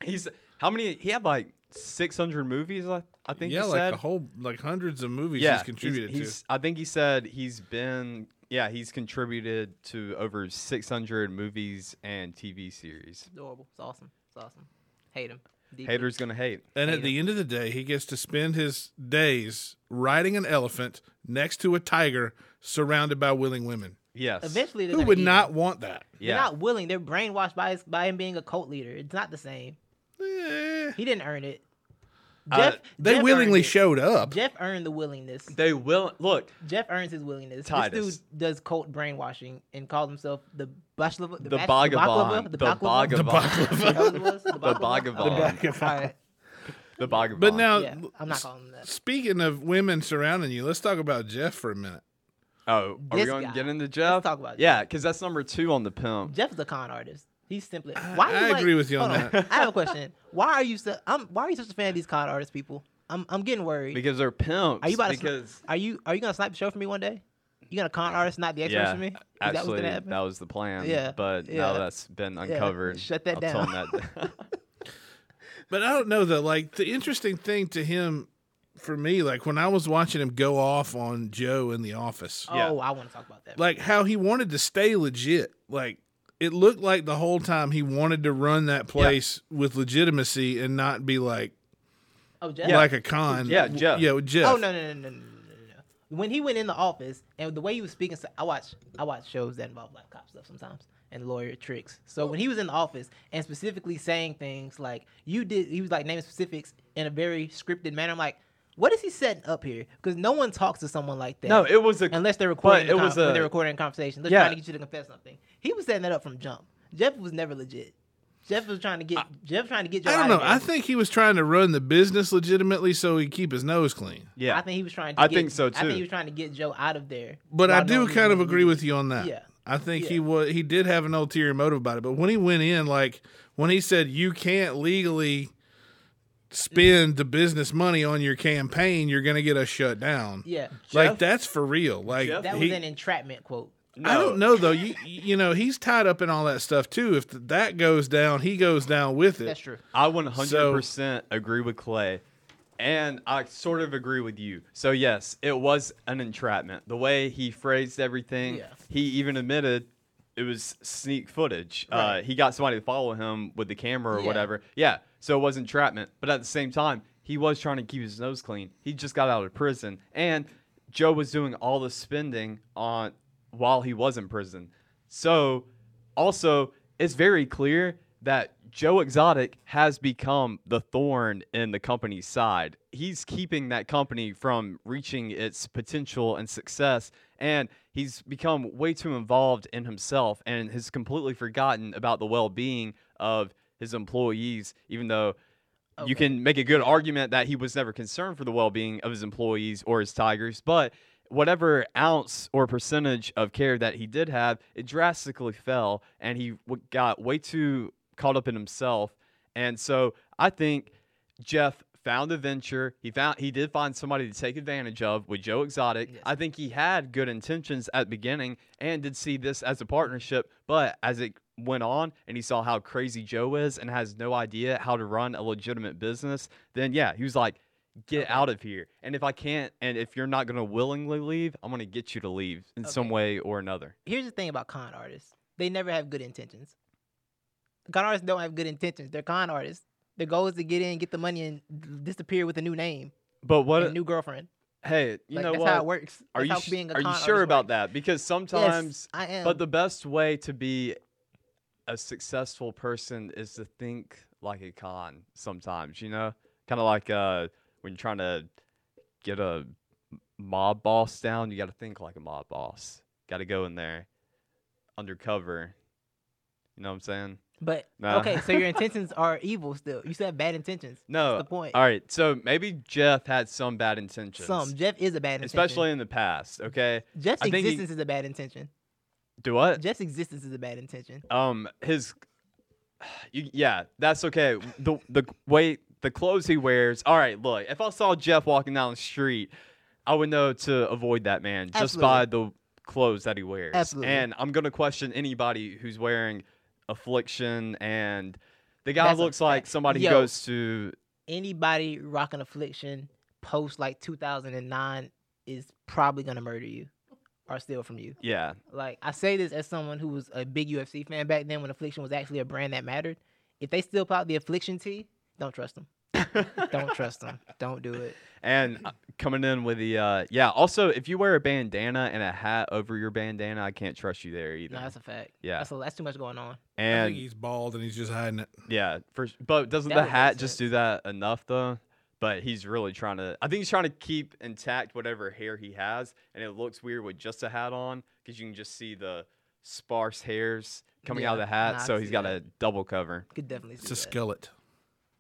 Speaker 2: He's how many? He had like 600 movies. I, I think.
Speaker 3: yeah,
Speaker 2: he
Speaker 3: like
Speaker 2: said.
Speaker 3: a whole like hundreds of movies
Speaker 2: yeah,
Speaker 3: he's contributed
Speaker 2: he's,
Speaker 3: to.
Speaker 2: I think he said he's been. Yeah, he's contributed to over 600 movies and TV series.
Speaker 1: adorable. It's awesome. It's awesome. Hate him. Deeply.
Speaker 2: Haters gonna hate.
Speaker 3: And at the end of the day, he gets to spend his days riding an elephant next to a tiger surrounded by willing women.
Speaker 2: Yes.
Speaker 1: Eventually, they're
Speaker 3: Who
Speaker 1: gonna
Speaker 3: would
Speaker 1: eat him.
Speaker 3: not want that?
Speaker 1: They're
Speaker 2: Yeah.
Speaker 1: not willing. They're brainwashed by his, by him being a cult leader. It's not the same.
Speaker 3: Eh,
Speaker 1: He didn't earn it.
Speaker 2: Uh,
Speaker 3: they
Speaker 1: earned
Speaker 3: willingly
Speaker 1: it.
Speaker 3: showed up.
Speaker 1: Jeff earned the willingness.
Speaker 2: They will look.
Speaker 1: Jeff earns his willingness. This
Speaker 2: Titus.
Speaker 1: dude does cult brainwashing and calls himself the Bashlava,
Speaker 2: The
Speaker 1: Bash-
Speaker 2: Bhagavan.
Speaker 1: the
Speaker 2: The
Speaker 1: Baklava, the Baklava.
Speaker 2: Bhagavan.
Speaker 3: (laughs)
Speaker 1: Is that what it was? The
Speaker 2: Bhagavan.
Speaker 1: All right.
Speaker 2: The Bhagavan.
Speaker 3: But now,
Speaker 1: Yeah, I'm not calling him that.
Speaker 3: speaking of women surrounding you, let's talk about Jeff for a minute.
Speaker 2: oh, are we
Speaker 1: this
Speaker 2: gonna
Speaker 1: guy.
Speaker 2: get into
Speaker 1: Let's
Speaker 2: Jeff?
Speaker 1: talk about
Speaker 2: Yeah, because that's number two on the pimp.
Speaker 1: Jeff's a con artist. He's simply.
Speaker 3: I-
Speaker 1: Why do
Speaker 3: I
Speaker 1: like-
Speaker 3: agree with you on
Speaker 1: hold I have a question. Why are you so? I'm. Why are you such a fan of these con artist people? I'm. I'm getting worried.
Speaker 2: Because they're pimps.
Speaker 1: are you about to?
Speaker 2: because
Speaker 1: Sni- are you? Are you gonna snipe the show for me one day? You gonna con artist, not the expert
Speaker 2: yeah,
Speaker 1: for me? Is that what's
Speaker 2: actually,
Speaker 1: gonna
Speaker 2: that,
Speaker 1: happen?
Speaker 2: was the plan.
Speaker 1: Yeah,
Speaker 2: But
Speaker 1: yeah.
Speaker 2: now that's been uncovered.
Speaker 1: shut that
Speaker 2: I'll tell
Speaker 1: down.
Speaker 2: 'em that-
Speaker 1: (laughs)
Speaker 3: But I don't know though. Like the interesting thing to him, for me, like when I was watching him go off on Joe in the office,
Speaker 2: yeah.
Speaker 1: Oh, I want to talk about that.
Speaker 3: like how he wanted to stay legit. Like it looked like the whole time he wanted to run that place with legitimacy and not be like
Speaker 1: oh, Jeff.
Speaker 3: like a con.
Speaker 2: Yeah, Jeff.
Speaker 3: Yeah, with Jeff.
Speaker 1: Oh no no no no no no no. no. When he went in the office and the way he was speaking, so I watch I watch shows that involve like cop stuff sometimes and lawyer tricks. So when he was in the office and specifically saying things like you did, he was like naming specifics in a very scripted manner. I'm like, what is he setting up here? Because no one talks to someone like that.
Speaker 2: no, it was a
Speaker 1: unless they're
Speaker 2: but
Speaker 1: recording.
Speaker 2: It
Speaker 1: the con-
Speaker 2: was
Speaker 1: when
Speaker 2: a
Speaker 1: they're recording a conversation. They're
Speaker 2: Yeah.
Speaker 1: trying to get you to confess something. He was setting that up from jump. Jeff was never legit. Jeff was trying to get Jeff trying to get. Joe
Speaker 3: I don't
Speaker 1: out of
Speaker 3: know.
Speaker 1: there.
Speaker 3: I think he was trying to run the business legitimately so he'd keep his nose clean.
Speaker 2: yeah.
Speaker 1: I think he was trying. To
Speaker 2: I
Speaker 1: get,
Speaker 2: think so,
Speaker 1: I think
Speaker 2: too.
Speaker 1: he was trying to get Joe out of there.
Speaker 3: But I
Speaker 1: while
Speaker 3: do
Speaker 1: knowing he
Speaker 3: kind of
Speaker 1: wasn't
Speaker 3: agree
Speaker 1: leaving.
Speaker 3: with you on that.
Speaker 1: Yeah.
Speaker 3: I think
Speaker 1: Yeah.
Speaker 3: he was he did have an ulterior motive about it, but when he went in, like when he said you can't legally spend the business money on your campaign, you're gonna get us shut down.
Speaker 1: Yeah,
Speaker 3: Like that's for real. Like
Speaker 2: Jeff-
Speaker 1: that was
Speaker 3: he-
Speaker 1: an entrapment quote.
Speaker 2: no,
Speaker 3: I don't know though. You you know he's tied up in all that stuff too. If th- that goes down, he goes down with it.
Speaker 1: That's true.
Speaker 2: I 100% agree with Clay. And I sort of agree with you. So, yes, it was an entrapment. The way he phrased everything,
Speaker 1: Yeah.
Speaker 2: he even admitted it was sneak footage. Uh,
Speaker 1: Right.
Speaker 2: he got somebody to follow him with the camera or
Speaker 1: Yeah.
Speaker 2: whatever. Yeah. So, it was entrapment. But at the same time, he was trying to keep his nose clean. He just got out of prison. And Joe was doing all the spending on while he was in prison. So, also, it's very clear that Joe Exotic has become the thorn in the company's side. He's keeping that company from reaching its potential and success, and he's become way too involved in himself and has completely forgotten about the well being of his employees, even though. You
Speaker 1: Okay.
Speaker 2: can make a good argument that he was never concerned for the well being of his employees or his Tigers, but whatever ounce or percentage of care that he did have, it drastically fell, and he w- got way too caught up in himself. And so I think Jeff found a venture. He found he did find somebody to take advantage of with Joe Exotic.
Speaker 1: Yes.
Speaker 2: I think he had good intentions at the beginning and did see this as a partnership, but as it went on and he saw how crazy Joe is and has no idea how to run a legitimate business, then yeah, he was like, get out of here. And if I can't, and if you're not gonna willingly leave, I'm gonna get you to leave in some
Speaker 1: Okay.
Speaker 2: way or another.
Speaker 1: Here's the thing about con artists: they never have good intentions. Con artists don't have good intentions. They're con artists. Their goal is to get in, get the money, and disappear with a new name,
Speaker 2: But
Speaker 1: and
Speaker 2: what?
Speaker 1: a new girlfriend.
Speaker 2: hey, you
Speaker 1: like,
Speaker 2: know
Speaker 1: that's
Speaker 2: what?
Speaker 1: how it works.
Speaker 2: Are
Speaker 1: That's
Speaker 2: you
Speaker 1: how
Speaker 2: sh-
Speaker 1: being a
Speaker 2: are
Speaker 1: con
Speaker 2: you
Speaker 1: artist
Speaker 2: sure about
Speaker 1: works.
Speaker 2: that? Because
Speaker 1: Yes,
Speaker 2: sometimes,
Speaker 1: I am.
Speaker 2: but the best way to be a successful person is to think like a con. Sometimes, you know, kind of like uh, when you're trying to get a mob boss down, you got to think like a mob boss. Got to go in there undercover. You know what I'm saying?
Speaker 1: But
Speaker 2: Nah.
Speaker 1: okay, so your intentions are evil still. You still have bad intentions.
Speaker 2: No.
Speaker 1: That's the point.
Speaker 2: All right. So maybe Jeff had some bad intentions.
Speaker 1: Some Jeff is a bad intention.
Speaker 2: Especially in the past, okay?
Speaker 1: Jeff's
Speaker 2: I think he-
Speaker 1: existence is a bad intention.
Speaker 2: Do (laughs) what?
Speaker 1: Jeff's existence is a bad intention.
Speaker 2: um his you, yeah that's okay the the way the clothes he wears all right look if i saw jeff walking down the street i would know to avoid that man just by the clothes that he wears
Speaker 1: Absolutely.
Speaker 2: and i'm gonna question anybody who's wearing affliction and the guy
Speaker 1: That's a
Speaker 2: looks like
Speaker 1: fact.
Speaker 2: somebody
Speaker 1: Yo.
Speaker 2: who goes to
Speaker 1: Anybody rocking affliction post like 2009 is probably gonna murder you or steal from you. (laughs)
Speaker 2: yeah
Speaker 1: Like I say this as someone who was a big UFC fan back then when affliction was actually a brand that mattered. If they still pop the affliction tee, don't trust them. don't trust
Speaker 2: (laughs)
Speaker 1: them. Don't do it.
Speaker 2: and uh, coming in with the uh yeah also if you wear a bandana and a hat over your bandana i can't trust you there either
Speaker 1: No, that's a fact.
Speaker 2: Yeah.
Speaker 1: that's, a, that's too much going on.
Speaker 3: I
Speaker 2: and
Speaker 3: think he's bald and he's just hiding it.
Speaker 2: Yeah, for s- but doesn't
Speaker 1: That
Speaker 2: the
Speaker 1: would make
Speaker 2: hat just
Speaker 1: sense.
Speaker 2: do that enough though? But he's really trying to. I think he's trying to keep intact whatever hair he has, and it looks weird with just a hat on because you can just see the sparse hairs coming out of
Speaker 1: Yeah,
Speaker 2: the hat.
Speaker 1: nah, I
Speaker 2: so he's
Speaker 1: see
Speaker 2: got
Speaker 1: that.
Speaker 2: a double cover,
Speaker 1: Could definitely.
Speaker 3: It's
Speaker 1: see
Speaker 3: a
Speaker 1: that.
Speaker 3: skillet.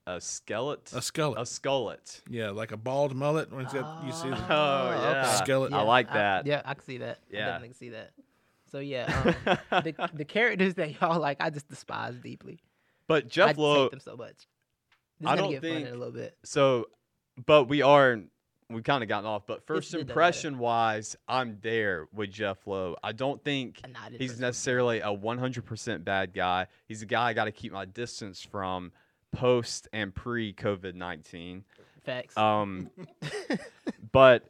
Speaker 2: a skeleton,
Speaker 3: A skillet.
Speaker 2: a skullet.
Speaker 3: yeah, like a bald mullet. When it's that, you see
Speaker 1: (laughs) Ah.
Speaker 3: the,
Speaker 2: Oh, okay. yeah.
Speaker 3: Skillet.
Speaker 2: I like that.
Speaker 1: yeah, I can see that. I
Speaker 2: Yeah.
Speaker 1: definitely can see that. So yeah,
Speaker 2: (laughs)
Speaker 1: um, (laughs) the the characters that y'all like, I just despise deeply.
Speaker 2: But
Speaker 1: I
Speaker 2: Jeff
Speaker 1: just
Speaker 2: Lowe.
Speaker 1: hate them so much. This is
Speaker 2: I
Speaker 1: gonna get
Speaker 2: don't
Speaker 1: fun in a
Speaker 2: think-
Speaker 1: little bit.
Speaker 2: So, but we are we've kind of gotten off. But first
Speaker 1: it doesn't matter.
Speaker 2: impression wise, I'm there with Jeff Lowe. I don't think
Speaker 1: And I did
Speaker 2: he's
Speaker 1: first-
Speaker 2: necessarily a 100% bad guy. He's a guy I got to keep my distance from post and pre COVID 19.
Speaker 1: facts. (laughs)
Speaker 2: Um, but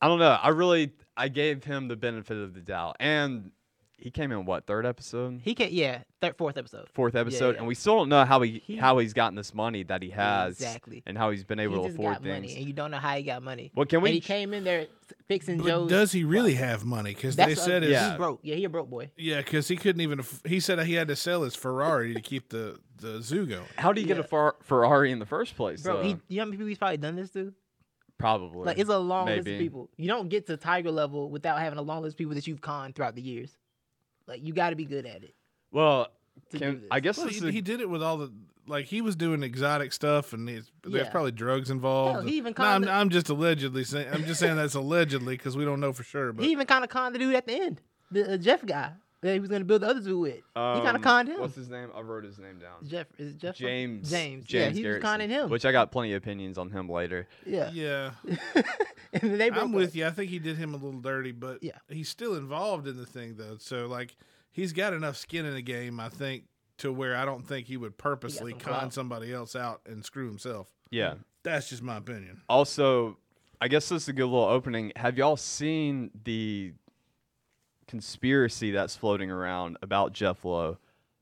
Speaker 2: I don't know. I really I gave him the benefit of the doubt, and he came in what third episode,
Speaker 1: he can yeah, third fourth episode.
Speaker 2: fourth episode,
Speaker 1: yeah.
Speaker 2: and we still don't know how he,
Speaker 1: He-
Speaker 2: how he's gotten this money that he has
Speaker 1: Exactly.
Speaker 2: and how he's been able
Speaker 1: he
Speaker 2: to
Speaker 1: just
Speaker 2: afford
Speaker 1: got
Speaker 2: things.
Speaker 1: money, and you don't know how he got money.
Speaker 2: Well, can we?
Speaker 1: and he came in there fixing
Speaker 3: But
Speaker 1: Joe's.
Speaker 3: does he really have money? Because
Speaker 1: that's
Speaker 3: they
Speaker 1: the
Speaker 3: said
Speaker 1: other-
Speaker 3: his,
Speaker 2: Yeah.
Speaker 1: he's broke. Yeah, he a broke boy.
Speaker 3: yeah, because he couldn't even. aff- He said he had to sell his Ferrari to keep the the zoo going.
Speaker 2: how do you get a
Speaker 1: Yeah.
Speaker 2: Fer- Ferrari in the first place?
Speaker 1: Bro,
Speaker 2: though?
Speaker 1: he, you know how many people he's probably done this to?
Speaker 2: probably
Speaker 1: Like it's a long list of
Speaker 2: Maybe.
Speaker 1: people. You don't get to Tiger level without having a long list of people that you've conned throughout the years. Like you got to be good at it.
Speaker 2: well.
Speaker 1: to do
Speaker 2: Can,
Speaker 1: this.
Speaker 2: I guess
Speaker 3: Well,
Speaker 2: this
Speaker 3: he,
Speaker 2: is a
Speaker 3: he did it with all the like he was doing exotic stuff, and he's, there's
Speaker 1: Yeah.
Speaker 3: probably drugs involved.
Speaker 1: Hell, he even
Speaker 3: No, I'm,
Speaker 1: called it-
Speaker 3: I'm just allegedly saying. I'm just saying that's allegedly because we don't know for sure. But
Speaker 1: He even kind of conned the dude at the end, the uh, Jeff guy that he was gonna build the other two with. he kind
Speaker 2: Um,
Speaker 1: of conned him.
Speaker 2: What's his name? I wrote his name down.
Speaker 1: Jeff is it Jeff something?
Speaker 2: James.
Speaker 1: James. yeah,
Speaker 2: James
Speaker 1: he was
Speaker 2: Garrison,
Speaker 1: conning him.
Speaker 2: Which I got plenty of opinions on him later.
Speaker 1: yeah.
Speaker 3: yeah,
Speaker 1: (laughs) and then they
Speaker 3: I'm with you. I think he did him a little dirty, but
Speaker 1: Yeah.
Speaker 3: he's still involved in the thing though. So like he's got enough skin in the game, I think, to where I don't think he would purposely
Speaker 1: some
Speaker 3: con
Speaker 1: clout.
Speaker 3: somebody else out and screw himself.
Speaker 2: Yeah.
Speaker 3: That's just my opinion.
Speaker 2: Also, I guess this is a good little opening. Have y'all seen the conspiracy that's floating around about Jeff Lowe,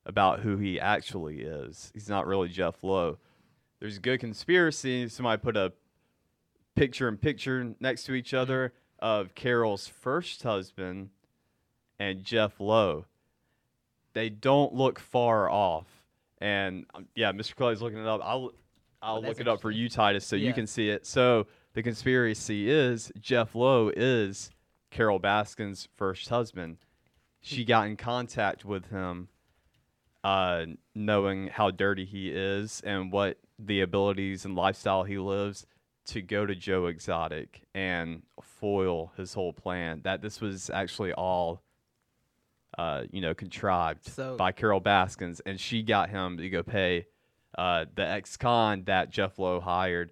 Speaker 2: about who he actually is? He's not really Jeff Lowe. There's a good conspiracy. Somebody put a picture in picture next to each other of Carol's first husband and Jeff Lowe. They don't look far off. And um, yeah, Mr. Clay's looking it up. I'll I'll
Speaker 1: that's
Speaker 2: look it up for you, Titus, so you
Speaker 1: Yeah.
Speaker 2: can see it. So the conspiracy is Jeff Lowe is Carol Baskin's first husband.
Speaker 1: Hmm.
Speaker 2: She got in contact with him, uh, knowing how dirty he is and what the abilities and lifestyle he lives to go to Joe Exotic and foil his whole plan. That this was actually all, uh, you know, contrived
Speaker 1: So-
Speaker 2: by Carol Baskins, and she got him to go pay uh, the ex-con that Jeff Lowe hired.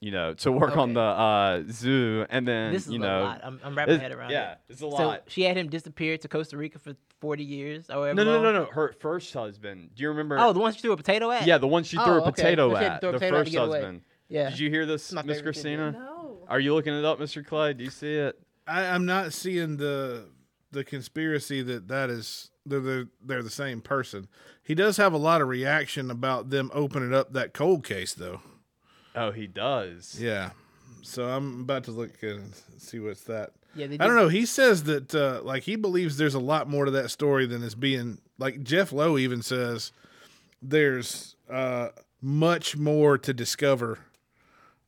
Speaker 2: You know, to work on
Speaker 1: Okay.
Speaker 2: the uh, zoo, and then
Speaker 1: This is
Speaker 2: you
Speaker 1: a
Speaker 2: know,
Speaker 1: lot. I'm, I'm wrapping my
Speaker 2: it's-
Speaker 1: head around.
Speaker 2: yeah,
Speaker 1: it.
Speaker 2: it's a
Speaker 1: So
Speaker 2: lot.
Speaker 1: she had him disappear to Costa Rica for 40 years or whatever.
Speaker 2: no, no,
Speaker 1: long.
Speaker 2: no, no, Her first husband. Do you remember?
Speaker 1: Oh, the one she threw a potato at.
Speaker 2: yeah, the one she
Speaker 1: Oh,
Speaker 2: threw a
Speaker 1: okay.
Speaker 2: potato
Speaker 1: She had to
Speaker 2: at.
Speaker 1: throw a
Speaker 2: the
Speaker 1: potato at to
Speaker 2: first
Speaker 1: get away.
Speaker 2: husband.
Speaker 1: Yeah.
Speaker 2: Did you hear this,
Speaker 1: my
Speaker 2: Miss
Speaker 1: favorite kid, dude.
Speaker 2: Christina?
Speaker 4: No.
Speaker 2: Are you looking it up, Mr. Clay? Do you see it?
Speaker 3: I, I'm not seeing the the conspiracy that that is they're, they're they're the same person. He does have a lot of reaction about them opening up that cold case though.
Speaker 2: Oh, he does.
Speaker 3: Yeah. So I'm about to look and see what's that.
Speaker 1: Yeah, they
Speaker 3: I don't
Speaker 1: did-
Speaker 3: know. He says that uh, like he believes there's a lot more to that story than is being like Jeff Lowe even says there's uh, much more to discover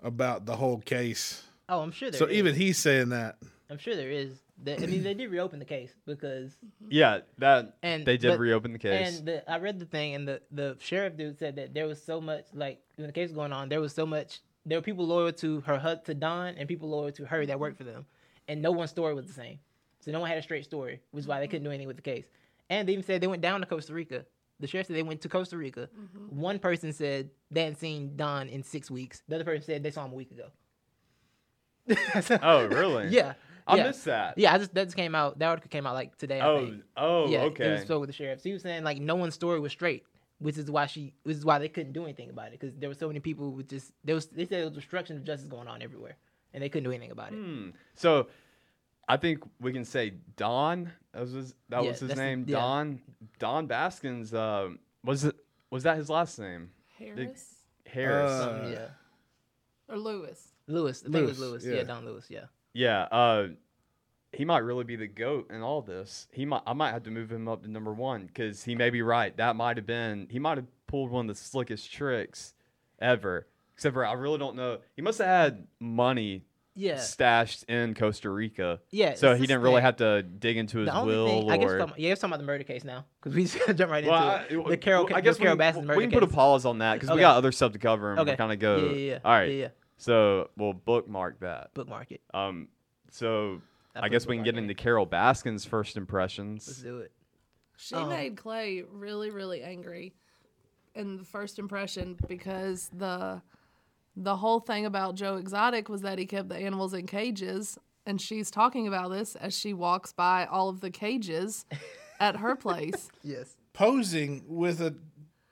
Speaker 3: about the whole case.
Speaker 1: Oh, I'm sure there
Speaker 3: so
Speaker 1: is.
Speaker 3: even he's saying that.
Speaker 1: I'm sure there is. They- I mean, they did reopen the case because
Speaker 2: Yeah, that
Speaker 1: And-
Speaker 2: they did
Speaker 1: but-
Speaker 2: reopen the case.
Speaker 1: And the, I read the thing, and the, the sheriff dude said that there was so much, like, when the case was going on, there was so much, there were people loyal to her, hu- to Don, and people loyal to her that worked for them. And no one's story was the same. So no one had a straight story, which is why they couldn't do anything with the case. And they even said they went down to Costa Rica. The sheriff said they went to Costa Rica.
Speaker 2: Mm-hmm.
Speaker 1: One person said they hadn't seen Don in six weeks. The other person said they saw him a week ago.
Speaker 2: (laughs) oh, really?
Speaker 1: (laughs) yeah.
Speaker 2: I
Speaker 1: yeah.
Speaker 2: missed that.
Speaker 1: Yeah, I just that just came out. That article came out like today. I
Speaker 2: Oh,
Speaker 1: think
Speaker 2: oh,
Speaker 1: yeah, It was
Speaker 2: okay.
Speaker 1: filled with the sheriff. So he was saying like no one's story was straight, which is why she, which is why they couldn't do anything about it because there were so many people with just there was they said there was destruction of justice going on everywhere, and they couldn't do anything about it.
Speaker 2: Hmm. So, I think we can say Don. That was his, that
Speaker 1: Yeah,
Speaker 2: was his
Speaker 1: that's the-
Speaker 2: name.
Speaker 1: yeah.
Speaker 2: Don. Don Baskins. Um, was it? Was that his last name?
Speaker 4: Harris
Speaker 2: Harris.
Speaker 3: Uh,
Speaker 1: Um, yeah,
Speaker 4: or Lewis.
Speaker 1: Lewis. I think it was
Speaker 3: Lewis,
Speaker 1: Lewis. Yeah.
Speaker 3: yeah.
Speaker 1: Don Lewis. Yeah.
Speaker 2: yeah. Uh, he might really be the goat in all this. He might. I might have to move him up to number one because he may be right. That might have been. He might have pulled one of the slickest tricks ever. Except for I really don't know. He must have had money
Speaker 1: Yeah.
Speaker 2: stashed in Costa Rica.
Speaker 1: Yeah,
Speaker 2: So
Speaker 1: it's
Speaker 2: he
Speaker 1: this
Speaker 2: didn't really
Speaker 1: thing.
Speaker 2: have to dig into his
Speaker 1: The only
Speaker 2: will
Speaker 1: thing
Speaker 2: or
Speaker 1: I guess we're talking, yeah, we're talking about the murder case now because we (laughs) just jump right
Speaker 2: Well, I-
Speaker 1: into it.
Speaker 2: well,
Speaker 1: the Carol.
Speaker 2: well, I guess
Speaker 1: the Carol
Speaker 2: we,
Speaker 1: Baskin murder
Speaker 2: we can put a
Speaker 1: case.
Speaker 2: pause on that because we
Speaker 1: Okay.
Speaker 2: got other stuff to cover and
Speaker 1: Okay.
Speaker 2: we'll kind of go.
Speaker 1: Yeah, yeah, yeah.
Speaker 2: Oh, All right.
Speaker 1: Yeah, yeah.
Speaker 2: So we'll bookmark that.
Speaker 1: Bookmark it.
Speaker 2: Um. So
Speaker 1: I
Speaker 2: I,
Speaker 1: put
Speaker 2: guess we can
Speaker 1: bookmark
Speaker 2: get
Speaker 1: it.
Speaker 2: into Carol Baskin's first
Speaker 1: Let's
Speaker 2: impressions.
Speaker 1: do it.
Speaker 4: She
Speaker 1: Oh.
Speaker 4: made Clay really, really angry in the first impression because the the whole thing about Joe Exotic was that he kept the animals in cages, and she's talking about this as she walks by all of the cages at her place.
Speaker 1: Yes.
Speaker 3: posing with a,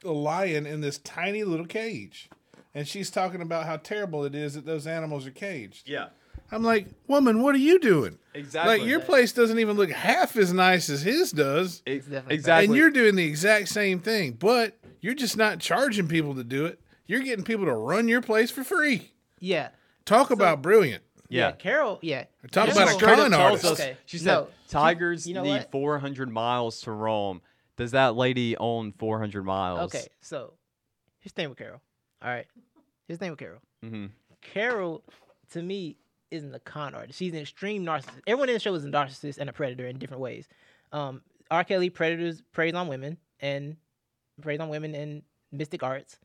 Speaker 3: a lion in this tiny little cage. And she's talking about how terrible it is that those animals are caged.
Speaker 2: Yeah.
Speaker 3: I'm like, woman, what are you doing?
Speaker 2: Exactly.
Speaker 3: Like, your place doesn't even look half as nice as his does.
Speaker 2: E-
Speaker 1: definitely
Speaker 2: exactly.
Speaker 3: And you're doing the exact same thing, but you're just not charging people to do it. You're getting people to run your place for free.
Speaker 1: Yeah.
Speaker 3: Talk about brilliant.
Speaker 2: yeah.
Speaker 1: Carol. Yeah.
Speaker 3: Talk
Speaker 1: Carol-
Speaker 3: about a
Speaker 2: Straight up
Speaker 3: con
Speaker 2: tells
Speaker 3: artist.
Speaker 2: us.
Speaker 1: Okay,
Speaker 2: She said
Speaker 1: no,
Speaker 2: tigers
Speaker 1: you know
Speaker 2: need
Speaker 1: what?
Speaker 2: 400 miles to roam. Does that lady own 400 miles?
Speaker 1: Okay, so his thing with Carol. All right, his thing with Carol.
Speaker 2: hmm
Speaker 1: Carol, to me, isn't a con artist. She's an extreme narcissist. Everyone in the show is a narcissist and a predator in different ways. Um, R. Kelly predators preys on women and preys on women in mystic arts.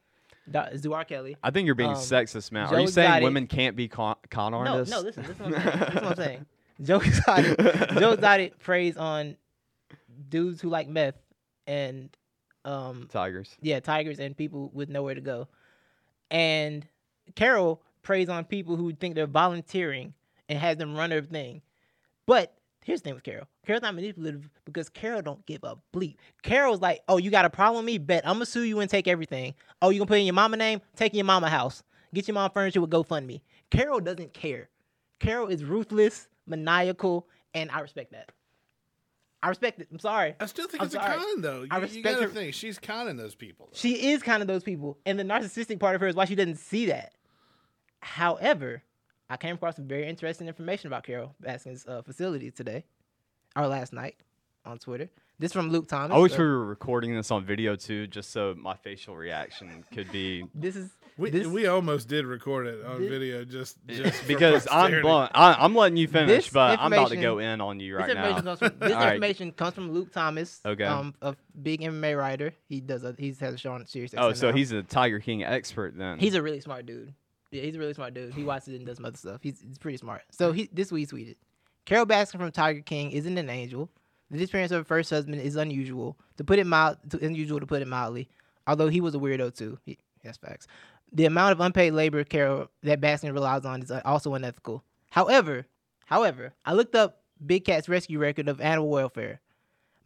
Speaker 1: Do do R. Kelly.
Speaker 2: I think you're being
Speaker 1: Um,
Speaker 2: sexist, man. Are
Speaker 1: Joe
Speaker 2: you saying
Speaker 1: Exotic-
Speaker 2: women can't be con, con
Speaker 1: No,
Speaker 2: artists?
Speaker 1: no, listen, this is what I'm saying. This is what I'm saying. Joe Exotic, Joe Exotic preys on dudes who like meth and um,
Speaker 2: (laughs) Tigers.
Speaker 1: yeah, tigers and people with nowhere to go. And Carol preys on people who think they're volunteering and has them run her thing. But here's the thing with Carol. Carol's not manipulative because Carol don't give a bleep. Carol's like, oh, you got a problem with me? Bet I'm gonna sue you and take everything. Oh, you gonna put in your mama name? Take your mama house. Get your mom furniture with GoFundMe. Carol doesn't care. Carol is ruthless, maniacal, and I respect that. I respect it. I'm sorry.
Speaker 3: I still think
Speaker 1: I'm
Speaker 3: it's
Speaker 1: sorry.
Speaker 3: a con, though. You,
Speaker 1: I
Speaker 3: you
Speaker 1: respect
Speaker 3: gotta
Speaker 1: her-
Speaker 3: think. She's conning those people.
Speaker 1: She is kind of those people, and the narcissistic part of her is why she doesn't see that. However, I came across some very interesting information about Carol Baskin's uh, facility today, or last night, on Twitter. This from Luke Thomas.
Speaker 2: I wish
Speaker 1: uh,
Speaker 2: we were recording this on video too, just so my facial reaction could be
Speaker 1: This is
Speaker 3: We,
Speaker 1: this,
Speaker 3: we almost did record it on
Speaker 1: this-
Speaker 3: video (laughs) just, just for
Speaker 2: because I'm
Speaker 3: posterity.
Speaker 2: blunt. I, I'm letting you finish,
Speaker 1: This
Speaker 2: but I'm about to
Speaker 1: information-
Speaker 2: go in on you
Speaker 1: this
Speaker 2: right
Speaker 1: information
Speaker 2: now.
Speaker 1: comes
Speaker 2: (laughs)
Speaker 1: from this
Speaker 2: All right.
Speaker 1: information comes from Luke Thomas.
Speaker 2: Okay.
Speaker 1: Um, a big MMA writer. He does a he has a show on Sirius.
Speaker 2: Oh,
Speaker 1: XM
Speaker 2: so
Speaker 1: now.
Speaker 2: he's a Tiger King expert then.
Speaker 1: He's a really smart dude. Yeah, he's a really smart dude. He watches it and does some other stuff. He's, he's pretty smart. So he this week he tweeted, Carol Baskin from Tiger King isn't an angel. The disappearance of her first husband is unusual. To put it mild, to, unusual to put it mildly. Although he was a weirdo too. He, that's facts. The amount of unpaid labor Carol that Baskin relies on is uh, also unethical. However, however, I looked up Big Cat's rescue record of animal welfare.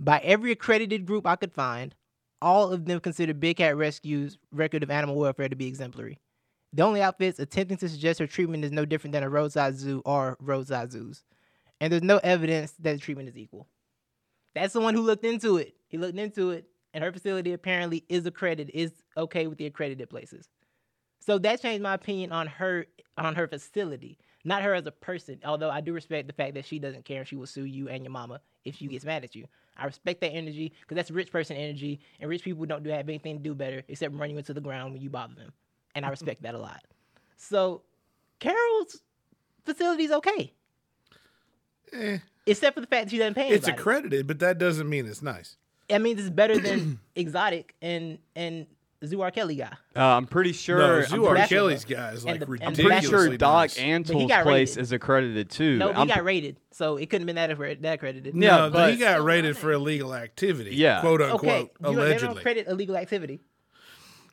Speaker 1: By every accredited group I could find, all of them consider Big Cat Rescue's record of animal welfare to be exemplary. The only outfits attempting to suggest her treatment is no different than a roadside zoo or roadside zoos. And there's no evidence that the treatment is equal. That's the one who looked into it. He looked into it, and her facility apparently is accredited, is okay with the accredited places. So that changed my opinion on her on her facility, not her as a person. Although I do respect the fact that she doesn't care and she will sue you and your mama if she gets mad at you. I respect that energy because that's rich person energy, and rich people don't do have anything to do better except run you into the ground when you bother them, and I respect that a lot. So Carol's facility's okay,
Speaker 3: Eh,
Speaker 1: except for the fact that she doesn't pay.
Speaker 3: it's
Speaker 1: anybody.
Speaker 3: accredited, but that doesn't mean it's nice.
Speaker 1: I mean, this is better than (clears throat) exotic and and Zuar Kelly guy.
Speaker 2: Uh, I'm pretty
Speaker 3: No,
Speaker 2: sure. I'm
Speaker 1: pretty
Speaker 3: you
Speaker 1: sure-
Speaker 3: are Kelly's guy is
Speaker 1: and
Speaker 3: like
Speaker 1: the- and the-
Speaker 2: pretty
Speaker 3: ridiculously
Speaker 2: sure Doc
Speaker 3: nice.
Speaker 1: But he
Speaker 2: Antle's
Speaker 1: got
Speaker 2: place
Speaker 1: rated.
Speaker 2: is accredited too.
Speaker 1: No, he
Speaker 2: I'm-
Speaker 1: got rated, so it couldn't have been that accre- that accredited.
Speaker 2: Yeah,
Speaker 3: no,
Speaker 2: but-
Speaker 3: he got rated for illegal activity.
Speaker 2: Yeah.
Speaker 3: quote
Speaker 1: okay,
Speaker 3: unquote,
Speaker 1: you, they don't
Speaker 3: allegedly.
Speaker 1: credit illegal activity.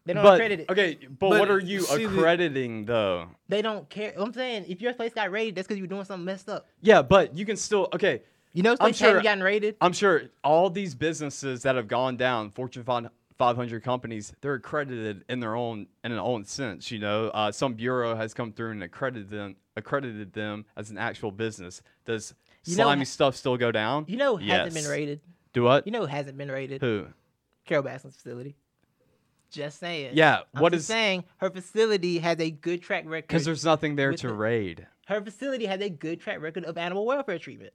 Speaker 1: They don't
Speaker 2: but
Speaker 1: credit it.
Speaker 2: okay, but,
Speaker 3: But
Speaker 2: what are you
Speaker 3: see the-
Speaker 2: accrediting though?
Speaker 1: They don't care. I'm saying if your place got raided, that's because you're doing something messed up.
Speaker 2: Yeah, but you can still okay.
Speaker 1: You know,
Speaker 2: I'm
Speaker 1: place sure.
Speaker 2: sure-
Speaker 1: haven't gotten raided.
Speaker 2: I'm sure all these businesses that have gone down, Fortune 5- 500 companies, they're accredited in their own in an own sense. You know, uh, some bureau has come through and accredited them accredited them as an actual business. Does
Speaker 1: You know-
Speaker 2: slimy stuff still go down?
Speaker 1: You know, who hasn't been
Speaker 2: Yes.
Speaker 1: raided.
Speaker 2: Do what?
Speaker 1: You know, who hasn't been raided.
Speaker 2: Who?
Speaker 1: Carol Baskin's facility. Just saying.
Speaker 2: Yeah,
Speaker 1: I'm
Speaker 2: what
Speaker 1: just
Speaker 2: is-
Speaker 1: saying? Her facility has a good track record.
Speaker 2: Because there's nothing there
Speaker 1: With
Speaker 2: to
Speaker 1: the-
Speaker 2: raid.
Speaker 1: her facility has a good track record of animal welfare treatment.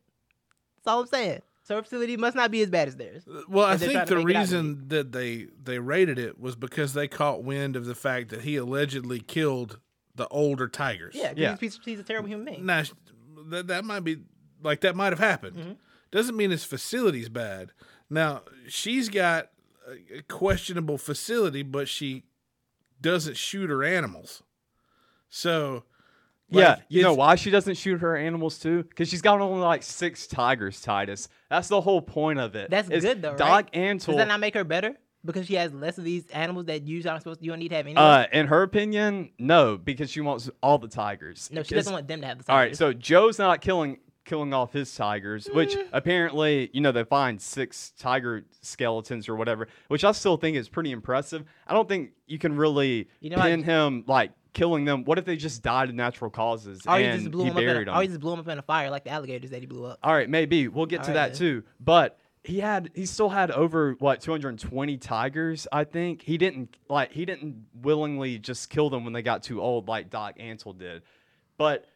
Speaker 1: That's all I'm saying. So her facility must not be as bad as theirs.
Speaker 3: Well, I
Speaker 1: and they're
Speaker 3: think
Speaker 1: trying to
Speaker 3: the
Speaker 1: make it out to
Speaker 3: reason that they they raided it was because they caught wind of the fact that he allegedly killed the older tigers.
Speaker 1: Yeah, 'cause
Speaker 2: Yeah.
Speaker 1: he's- He's, he's a terrible human being.
Speaker 3: Now, sh- that that might be like that might have happened.
Speaker 1: Mm-hmm.
Speaker 3: Doesn't mean his facility's bad. Now she's got a a questionable facility, but she doesn't shoot her animals. So,
Speaker 2: yeah,
Speaker 3: like,
Speaker 2: you know
Speaker 3: it's-
Speaker 2: why she doesn't shoot her animals too? Because she's got only like six tigers, Titus. That's the whole point of it.
Speaker 1: That's
Speaker 2: is
Speaker 1: good though,
Speaker 2: Doc
Speaker 1: right?
Speaker 2: Antle.
Speaker 1: Does that not make her better? Because she has less of these animals that you aren't supposed. You don't need to have any.
Speaker 2: Uh, in her opinion, no, because she wants all the tigers.
Speaker 1: no, she
Speaker 2: It's-
Speaker 1: doesn't want them to have the.
Speaker 2: All right,
Speaker 1: tigers.
Speaker 2: so Joe's not killing killing off his tigers, which
Speaker 1: Mm.
Speaker 2: apparently, you know, they find six tiger skeletons or whatever, which I still think is pretty impressive. I don't think you can really
Speaker 1: You know, I-
Speaker 2: pin him like killing them. What if they just died of natural causes
Speaker 1: Or
Speaker 2: and
Speaker 1: he Oh, just blew
Speaker 2: he
Speaker 1: him up. In
Speaker 2: buried
Speaker 1: a, Oh,
Speaker 2: them?
Speaker 1: or he just blew him up in a fire like the alligators that he blew up.
Speaker 2: All right, maybe we'll get
Speaker 1: All
Speaker 2: to
Speaker 1: right,
Speaker 2: that
Speaker 1: then.
Speaker 2: too. But he had he still had over what 220 tigers, I think. He didn't like he didn't willingly just kill them when they got too old like Doc Antle did. But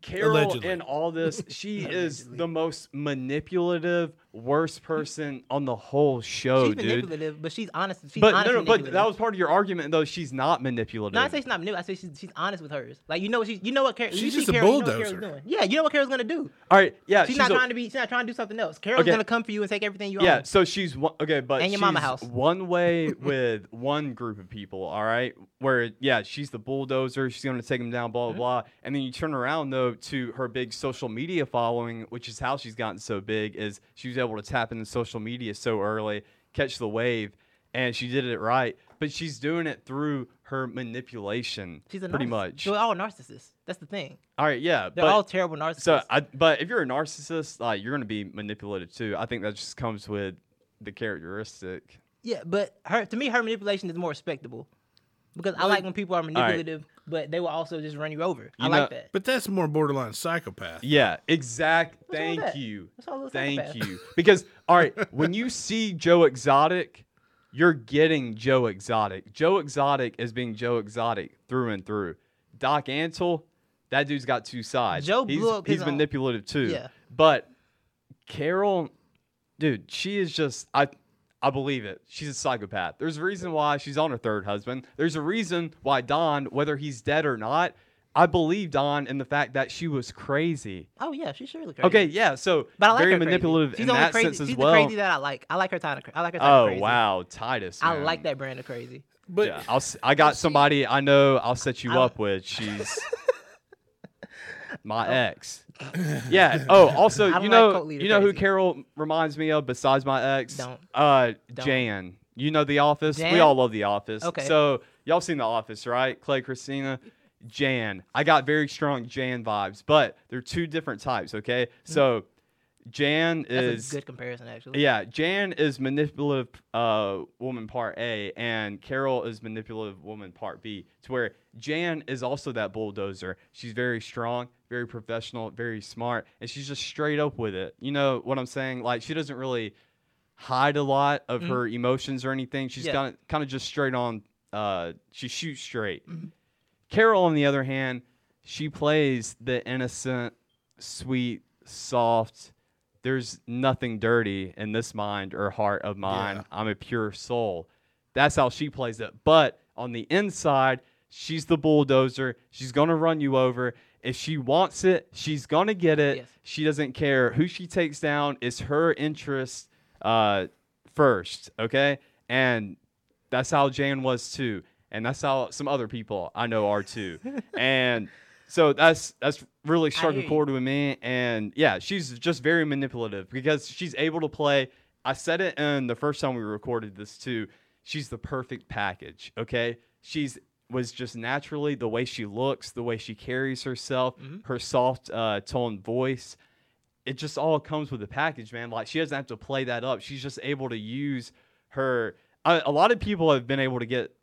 Speaker 2: Carol
Speaker 3: Allegedly.
Speaker 2: in all this, she is the most manipulative, worst person on the whole show,
Speaker 1: she's
Speaker 2: Oh, dude.
Speaker 1: manipulative, but she's honest. She's
Speaker 2: But
Speaker 1: honest
Speaker 2: no, no, but
Speaker 1: manipulative.
Speaker 2: that was part of your argument though. She's not manipulative.
Speaker 1: No, I say she's not new. I say she's, she's honest with hers. Like you know what she, you know what Carol.
Speaker 3: She's
Speaker 1: you see
Speaker 3: just a
Speaker 1: Carol, you know what Carol's
Speaker 3: bulldozer.
Speaker 1: doing. Yeah, you know what Carol's gonna do.
Speaker 2: all right, yeah,
Speaker 1: She's, not
Speaker 2: Uh, a-
Speaker 1: trying to be. She's not trying to do something else. Carol's
Speaker 2: Okay.
Speaker 1: gonna come for you and take everything you
Speaker 2: Yeah,
Speaker 1: own.
Speaker 2: so she's one, okay, but
Speaker 1: And your
Speaker 2: she's
Speaker 1: mama house. (laughs)
Speaker 2: one way with one group of people, all right? Where yeah, she's the bulldozer, she's going to take them down blah blah
Speaker 1: Mm-hmm.
Speaker 2: blah. And then you turn around though to her big social media following, which is how she's gotten so big is she was able to tap into social media so early, catch the wave, and she did it right, but she's doing it through her manipulation
Speaker 1: She's a
Speaker 2: pretty
Speaker 1: narciss-
Speaker 2: much.
Speaker 1: They're all narcissists. That's the thing.
Speaker 2: all right, yeah,
Speaker 1: They're
Speaker 2: but
Speaker 1: all terrible narcissists.
Speaker 2: so, I, but if you're a narcissist, like you're gonna be manipulative too. I think that just comes with the characteristic.
Speaker 1: Yeah, but her to me, her manipulation is more respectable because I like when people are manipulative, but they will also just run you over. I
Speaker 2: You
Speaker 1: like
Speaker 2: know-
Speaker 1: that.
Speaker 3: but that's more borderline psychopath.
Speaker 2: Yeah, exact.
Speaker 1: wrong with
Speaker 2: Thank
Speaker 1: that?
Speaker 2: you.
Speaker 1: What's wrong with a
Speaker 2: Thank
Speaker 1: psychopath?
Speaker 2: you. Because all right, when you see Joe Exotic, you're getting Joe Exotic. Joe Exotic is being Joe Exotic through and through. Doc Antle, that dude's got two sides.
Speaker 1: Joe
Speaker 2: he's,
Speaker 1: blew up his
Speaker 2: he's
Speaker 1: own-
Speaker 2: manipulative too.
Speaker 1: Yeah.
Speaker 2: But Carol, dude, she is just I I believe it. She's a psychopath. There's a reason why she's on her third husband. There's a reason why Don, whether he's dead or not, I believe Don in the fact that she was crazy.
Speaker 1: Oh yeah, she's surely crazy.
Speaker 2: Okay, yeah. So
Speaker 1: but I like
Speaker 2: very
Speaker 1: her crazy.
Speaker 2: manipulative
Speaker 1: She's
Speaker 2: in
Speaker 1: the only
Speaker 2: that
Speaker 1: crazy,
Speaker 2: sense as
Speaker 1: she's
Speaker 2: well.
Speaker 1: the crazy that I like. I like her type of. I like her type of
Speaker 2: oh
Speaker 1: crazy.
Speaker 2: wow, Titus.
Speaker 1: I
Speaker 2: man.
Speaker 1: like that brand of crazy.
Speaker 3: But
Speaker 2: Yeah, I'll, s-
Speaker 1: (laughs)
Speaker 2: I got somebody I know. I'll set you
Speaker 1: I'll-
Speaker 2: up
Speaker 1: (laughs)
Speaker 2: with. She's my ex. Yeah.
Speaker 1: (laughs)
Speaker 2: Oh, also,
Speaker 1: Oh. I don't
Speaker 2: you
Speaker 1: like
Speaker 2: know,
Speaker 1: cult leader
Speaker 2: you know who
Speaker 1: crazy.
Speaker 2: Carol reminds me of besides my ex?
Speaker 1: Don't.
Speaker 2: Uh,
Speaker 1: Don't.
Speaker 2: Jan. You know The Office.
Speaker 1: Jan?
Speaker 2: We all love The Office.
Speaker 1: Okay.
Speaker 2: So y'all seen The Office, right? Clay, Christina, Jan. I got very strong Jan vibes, but they're two different types. Okay. So Jan
Speaker 1: Mm. That's
Speaker 2: is
Speaker 1: a good comparison, actually.
Speaker 2: yeah, Jan is manipulative uh, woman part A, and Carol is manipulative woman part B. To where Jan is also that bulldozer. She's very strong, very professional, very smart, and she's just straight up with it. You know what I'm saying? Like she doesn't really hide a lot of her emotions or anything. She's
Speaker 1: Mm. Yeah.
Speaker 2: kind of kind of just straight on. Uh, she shoots straight. Carol, on the other hand, she plays the innocent, sweet, soft. There's nothing dirty in this mind or heart of mine.
Speaker 3: Yeah.
Speaker 2: I'm a pure soul. That's how she plays it. But on the inside, she's the bulldozer. She's going to run you over. If she wants it, she's going to get it.
Speaker 1: Yes.
Speaker 2: She doesn't care who she takes down. It's her interest uh, first, okay? And that's how Jan was too, and that's how some other people I know are too. and so that's that's really struck
Speaker 1: hear
Speaker 2: a
Speaker 1: you.
Speaker 2: chord with me. And yeah, she's just very manipulative because she's able to play. I said it in the first time we recorded this too. She's the perfect package. Okay, she's was just naturally the way she looks, the way she carries herself,
Speaker 1: Mm-hmm.
Speaker 2: her soft uh, toned voice it just all comes with the package, man. Like she doesn't have to play that up. She's just able to use her. A, a lot of people have been able to get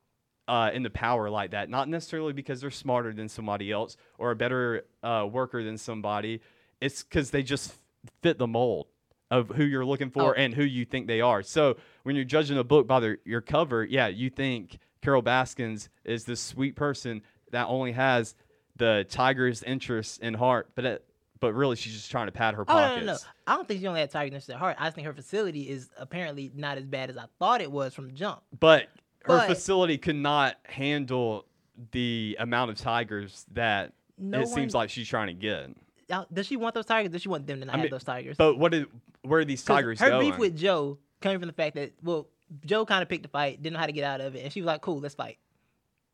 Speaker 2: uh, into power like that, not necessarily because they're smarter than somebody else or a better uh, worker than somebody. It's because they just fit the mold of who you're looking for
Speaker 1: Oh.
Speaker 2: and who you think they are. So when you're judging a book by their, your cover, yeah, you think Carol Baskins is this sweet person that only has the tiger's interests in heart, but it, but really she's just trying to pat her
Speaker 1: Oh no,
Speaker 2: pockets.
Speaker 1: no, no, no! I don't think she only had Tiger Nurse at heart. I just think her facility is apparently not as bad as I thought it was from jump.
Speaker 2: But her
Speaker 1: But-
Speaker 2: facility could not handle the amount of tigers that
Speaker 1: No
Speaker 2: it seems
Speaker 1: one-
Speaker 2: like she's trying to get.
Speaker 1: Now, Does she want those Tigers? Does she want them to not
Speaker 2: mean,
Speaker 1: have those Tigers?
Speaker 2: But what did where are these
Speaker 1: 'Cause
Speaker 2: tigers
Speaker 1: her
Speaker 2: going?
Speaker 1: beef with Joe came from the fact that well, Joe kind of picked a fight, didn't know how to get out of it, and she was like, "Cool, let's fight."